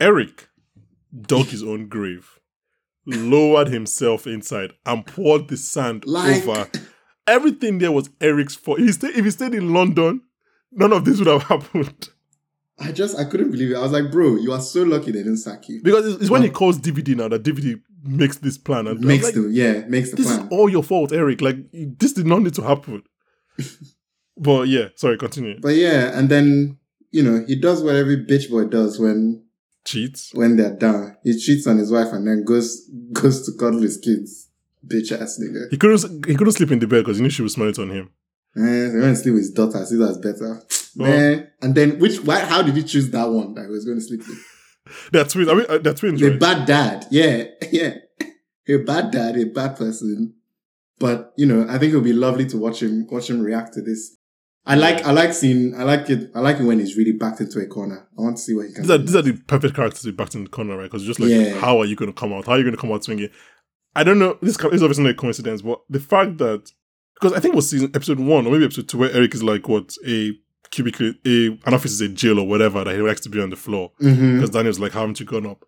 [SPEAKER 1] Eric dug his own grave, lowered himself inside, and poured the sand
[SPEAKER 2] Like-
[SPEAKER 1] over. Everything there was Eric's fault. If he, stayed, if he stayed in London, none of this would have happened.
[SPEAKER 2] I just I couldn't believe it. I was like, bro, you are so lucky they didn't sack you.
[SPEAKER 1] Because it's, it's when he calls DVD now that DVD makes this plan and I'm
[SPEAKER 2] Uh, Makes
[SPEAKER 1] like,
[SPEAKER 2] the yeah makes the
[SPEAKER 1] this
[SPEAKER 2] plan.
[SPEAKER 1] is all your fault, Eric. Like this did not need to happen. but yeah, sorry, continue.
[SPEAKER 2] But yeah, and then you know he does what every bitch boy does when
[SPEAKER 1] Cheats.
[SPEAKER 2] when they're down. He cheats on his wife and then goes goes to cuddle his kids. Bitch ass nigga.
[SPEAKER 1] He couldn't he couldn't sleep in the bed because he knew she was smiling on him.
[SPEAKER 2] Eh, he went to sleep with his daughter. See that's better. Man. And then which why how did he choose that one that he was going to sleep with?
[SPEAKER 1] They're twins. I mean, uh, they're twins,
[SPEAKER 2] The
[SPEAKER 1] right?
[SPEAKER 2] bad dad. Yeah, yeah. A bad dad, a bad person. But you know, I think it would be lovely to watch him watch him react to this. I like I like seeing I like it I like it when he's really backed into a corner. I want to see what he can
[SPEAKER 1] These are
[SPEAKER 2] do.
[SPEAKER 1] these are the perfect characters to be back in the corner, right? Because just like,
[SPEAKER 2] Yeah.
[SPEAKER 1] how are you going to come out? How are you going to come out swinging? I don't know. This is obviously not a coincidence, but the fact that because I think it was season episode one or maybe episode two where Eric is like what a cubicle, a an office is a jail or whatever that he likes to be on the floor.
[SPEAKER 2] Mhm.
[SPEAKER 1] because Daniel's like, haven't you gone up?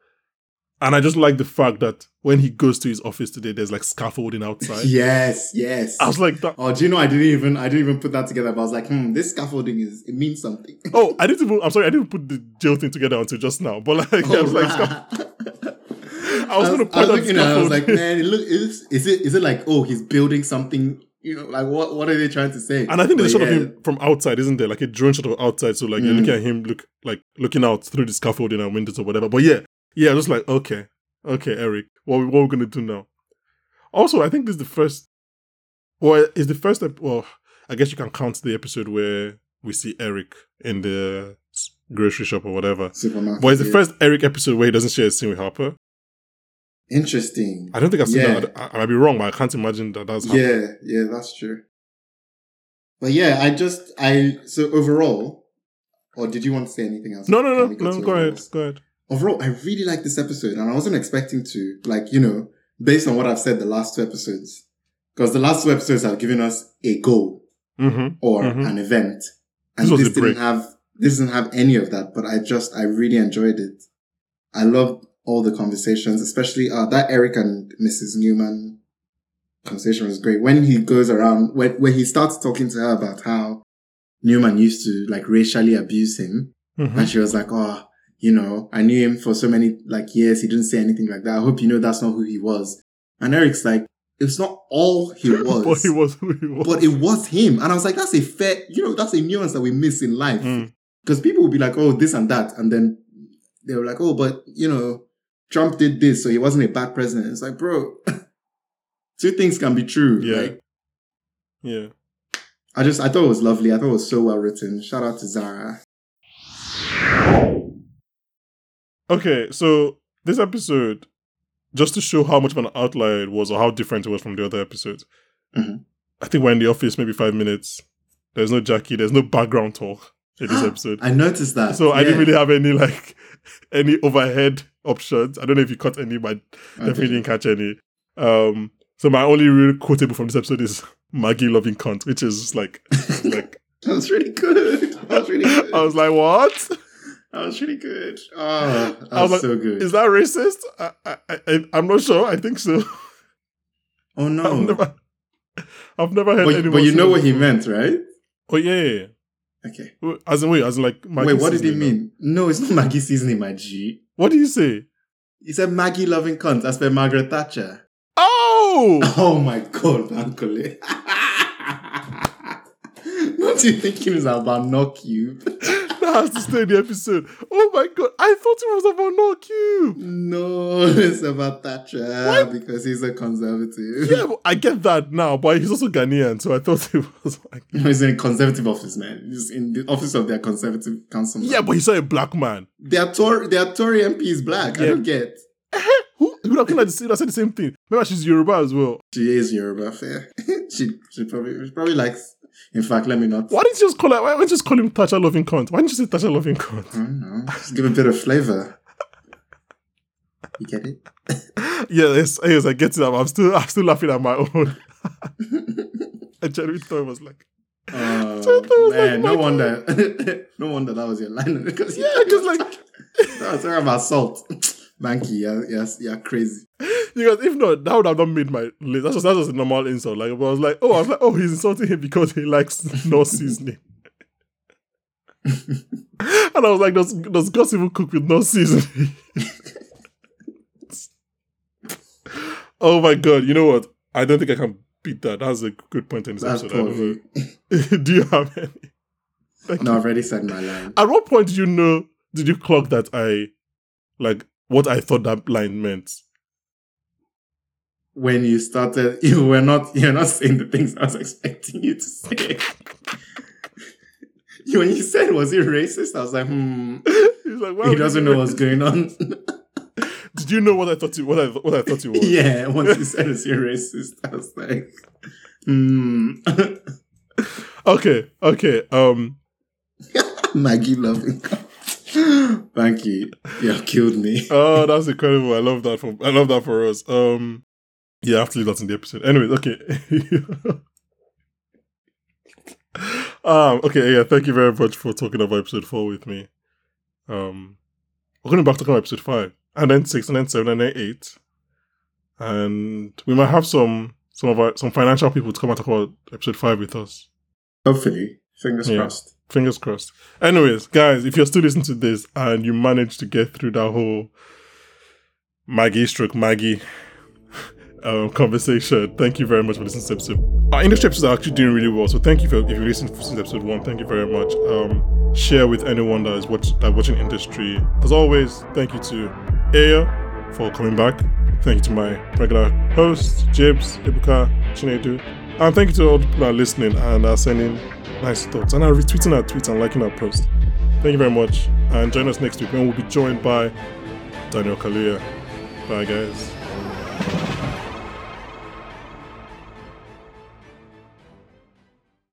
[SPEAKER 1] And I just like the fact that when he goes to his office today, there's like scaffolding outside.
[SPEAKER 2] Yes, yes.
[SPEAKER 1] I was like, that,
[SPEAKER 2] Oh, do you know I didn't even I didn't even put that together, but I was like, hmm, this scaffolding is it means something.
[SPEAKER 1] oh, I didn't even, I'm sorry, I didn't put the jail thing together until just now. But like, I was like, scaff- I was gonna
[SPEAKER 2] I
[SPEAKER 1] put
[SPEAKER 2] was
[SPEAKER 1] that
[SPEAKER 2] looking at it, I was like,
[SPEAKER 1] scaffolding.
[SPEAKER 2] man, it look is is it is it like oh he's building something, you know, like what what are they trying to say?
[SPEAKER 1] and I think there's a
[SPEAKER 2] But
[SPEAKER 1] shot
[SPEAKER 2] yeah,
[SPEAKER 1] of him from outside, isn't there? Like a drone shot of outside. So like you're
[SPEAKER 2] Mm.
[SPEAKER 1] looking at him, look like looking out through the scaffolding and windows or whatever. But yeah, yeah, I was like, okay, okay, Eric, what what we're gonna do now? Also, I think this is the first. Well, is the first. ep- Well, I guess you can count the episode where we see Eric in the grocery shop or whatever.
[SPEAKER 2] supermarket.
[SPEAKER 1] But it's the
[SPEAKER 2] yeah.
[SPEAKER 1] first Eric episode where he doesn't share a scene with Harper.
[SPEAKER 2] interesting.
[SPEAKER 1] I don't think I've seen
[SPEAKER 2] Yeah.
[SPEAKER 1] that. I, I might be wrong, but I can't imagine that that's happened.
[SPEAKER 2] Yeah, yeah, that's true. But yeah, I just I so overall, or did you want to say anything else?
[SPEAKER 1] No, no,
[SPEAKER 2] Can
[SPEAKER 1] no,
[SPEAKER 2] we
[SPEAKER 1] no.
[SPEAKER 2] to
[SPEAKER 1] Go ahead,
[SPEAKER 2] overalls?
[SPEAKER 1] go ahead.
[SPEAKER 2] overall, I really like this episode, and I wasn't expecting to, like, you know, based on what I've said the last two episodes, because the last two episodes have given us a goal
[SPEAKER 1] hmm
[SPEAKER 2] or
[SPEAKER 1] Mhm.
[SPEAKER 2] an event, and
[SPEAKER 1] This
[SPEAKER 2] this,
[SPEAKER 1] was a
[SPEAKER 2] didn't
[SPEAKER 1] break.
[SPEAKER 2] have this didn't have any of that. But I just, I really enjoyed it. I loved all the conversations, especially uh, that Eric and Mrs. Newman conversation was great. When he goes around, when when he starts talking to her about how Newman used to like racially abuse him.
[SPEAKER 1] hmm
[SPEAKER 2] And she was like, Oh, you know, I knew him for so many like years. He didn't say anything like that. I hope you know that's not who he was. And Eric's like, It's not all he was,
[SPEAKER 1] But he was who he was.
[SPEAKER 2] but it was him. And I was like, that's a fair, you know, that's a nuance that we miss in life.
[SPEAKER 1] Mm.
[SPEAKER 2] Because people would be like, oh, this and that. And then they were like, oh, but, you know, Trump did this, so he wasn't a bad president. It's like, bro, two things can be true.
[SPEAKER 1] Yeah.
[SPEAKER 2] Like,
[SPEAKER 1] Yeah.
[SPEAKER 2] I just, I thought it was lovely. I thought it was so well written. Shout out to Zara.
[SPEAKER 1] Okay, so this episode, just to show how much of an outlier it was or how different it was from the other episodes,
[SPEAKER 2] Mhm.
[SPEAKER 1] I think we're in the office maybe five minutes. There's no Jackie, there's no background talk in this episode.
[SPEAKER 2] I noticed that.
[SPEAKER 1] so I didn't
[SPEAKER 2] Yeah.
[SPEAKER 1] really have any like any overhead options. I don't know if you caught any, but
[SPEAKER 2] I
[SPEAKER 1] definitely
[SPEAKER 2] didn't.
[SPEAKER 1] didn't catch any. Um, so my only real quotable from this episode is Maggie loving cunt, which is just like like
[SPEAKER 2] That was really good. That was really good.
[SPEAKER 1] I was like, what?
[SPEAKER 2] that was really good. Oh, that
[SPEAKER 1] I was like,
[SPEAKER 2] was, so good.
[SPEAKER 1] Uh, Is that racist? I, I, I I'm not sure. I think so.
[SPEAKER 2] oh no.
[SPEAKER 1] I've never, I've never heard
[SPEAKER 2] but,
[SPEAKER 1] anyone.
[SPEAKER 2] but you
[SPEAKER 1] say
[SPEAKER 2] know
[SPEAKER 1] that
[SPEAKER 2] what he
[SPEAKER 1] before.
[SPEAKER 2] meant, right?
[SPEAKER 1] Oh yeah, yeah,
[SPEAKER 2] Okay.
[SPEAKER 1] yeah. As in wait, as in like. Maggie
[SPEAKER 2] Wait, what did he
[SPEAKER 1] seasoning,
[SPEAKER 2] mean? No, it's not Maggie seasoning, my G.
[SPEAKER 1] What do you say?
[SPEAKER 2] He said Maggie loving cunt, as per Margaret Thatcher.
[SPEAKER 1] Oh,
[SPEAKER 2] Oh my god, Uncle. Don't you think it was about knock you?
[SPEAKER 1] that has to stay in the episode. Oh my god, I thought it was about no cube.
[SPEAKER 2] No, it's about Thatcher because he's a conservative.
[SPEAKER 1] Yeah, but I get that now, but he's also Ghanaian, so I thought it was like.
[SPEAKER 2] No, he's in a conservative office, man. He's in the office of their conservative councilman.
[SPEAKER 1] Yeah, but he saw a black man.
[SPEAKER 2] Their Tory, their Tory MP is black. I
[SPEAKER 1] Yeah.
[SPEAKER 2] don't get.
[SPEAKER 1] Who he would have come out and said- said the same thing. Remember, she's Yoruba as well.
[SPEAKER 2] She is Yoruba fair. she she probably she probably likes. In fact, let me not.
[SPEAKER 1] Why didn't you just call her? Why didn't you just call him Thatcher loving cunt? Why didn't you say Thatcher loving cunt?
[SPEAKER 2] I don't know. Just give a bit of flavor. You get it?
[SPEAKER 1] yeah, yes, yes, I get it. I'm, I'm still, I'm still laughing at my own. I genuinely thought it was like,
[SPEAKER 2] Oh,
[SPEAKER 1] So I thought it was
[SPEAKER 2] man,
[SPEAKER 1] like
[SPEAKER 2] no
[SPEAKER 1] Maggi.
[SPEAKER 2] wonder, no wonder that was your line because
[SPEAKER 1] yeah, because like,
[SPEAKER 2] that was talking about salt. Banky, you're, you're, you're crazy.
[SPEAKER 1] because if not, that would have not made my list. That's just, that's just a normal insult. Like, but I was like, oh, I was like, oh, he's insulting him because he likes no seasoning. and I was like, does does Gus even cook with no seasoning? oh my god! You know what? I don't think I can beat that. That's a good point in this
[SPEAKER 2] That's
[SPEAKER 1] episode. I don't
[SPEAKER 2] probably.
[SPEAKER 1] know. Do you have any?
[SPEAKER 2] No, I've already said my line.
[SPEAKER 1] At what point did you know? Did you clock that I, like, what I thought that line meant?
[SPEAKER 2] when you started, you were not you're not saying the things I was expecting you to say. You- when you said was it racist, I was like, hmm,
[SPEAKER 1] He's like, why
[SPEAKER 2] he
[SPEAKER 1] would
[SPEAKER 2] doesn't
[SPEAKER 1] you-
[SPEAKER 2] know what's going on.
[SPEAKER 1] Did you know what I thought? You, what I what I thought you was?
[SPEAKER 2] yeah, once you said it's racist, I was like, hmm.
[SPEAKER 1] Okay. Okay. Um.
[SPEAKER 2] Maggie loving. Thank you. You have killed me.
[SPEAKER 1] Oh, that's incredible. I love that for I love that for us. Um. Yeah, I have to leave that in the episode. Anyways, okay. um. Okay. Yeah. Thank you very much for talking about episode four with me. Um. We're going back to talking about episode five, and then six, and then seven, and then eight, and we might have some some of our some financial people to come and talk about episode five with us.
[SPEAKER 2] Hopefully. Fingers
[SPEAKER 1] Yeah.
[SPEAKER 2] crossed.
[SPEAKER 1] Fingers crossed. Anyways, guys, if you're still listening to this and you managed to get through that whole Maggie stroke Maggie um, conversation, thank you very much for listening to this episode. Our industry episodes are actually doing really well, so thank you for if you listened to since episode one. Thank you very much. Um, share with anyone that is watch, that watching industry. As always, thank you to Aya for coming back. Thank you to my regular hosts, Jibs, Ibuka, Chinedu. And thank you to all the people that are listening and are sending nice thoughts and are retweeting our tweets and liking our posts. Thank you very much. And join us next week when we'll be joined by Daniel Kaluuya. Bye, guys.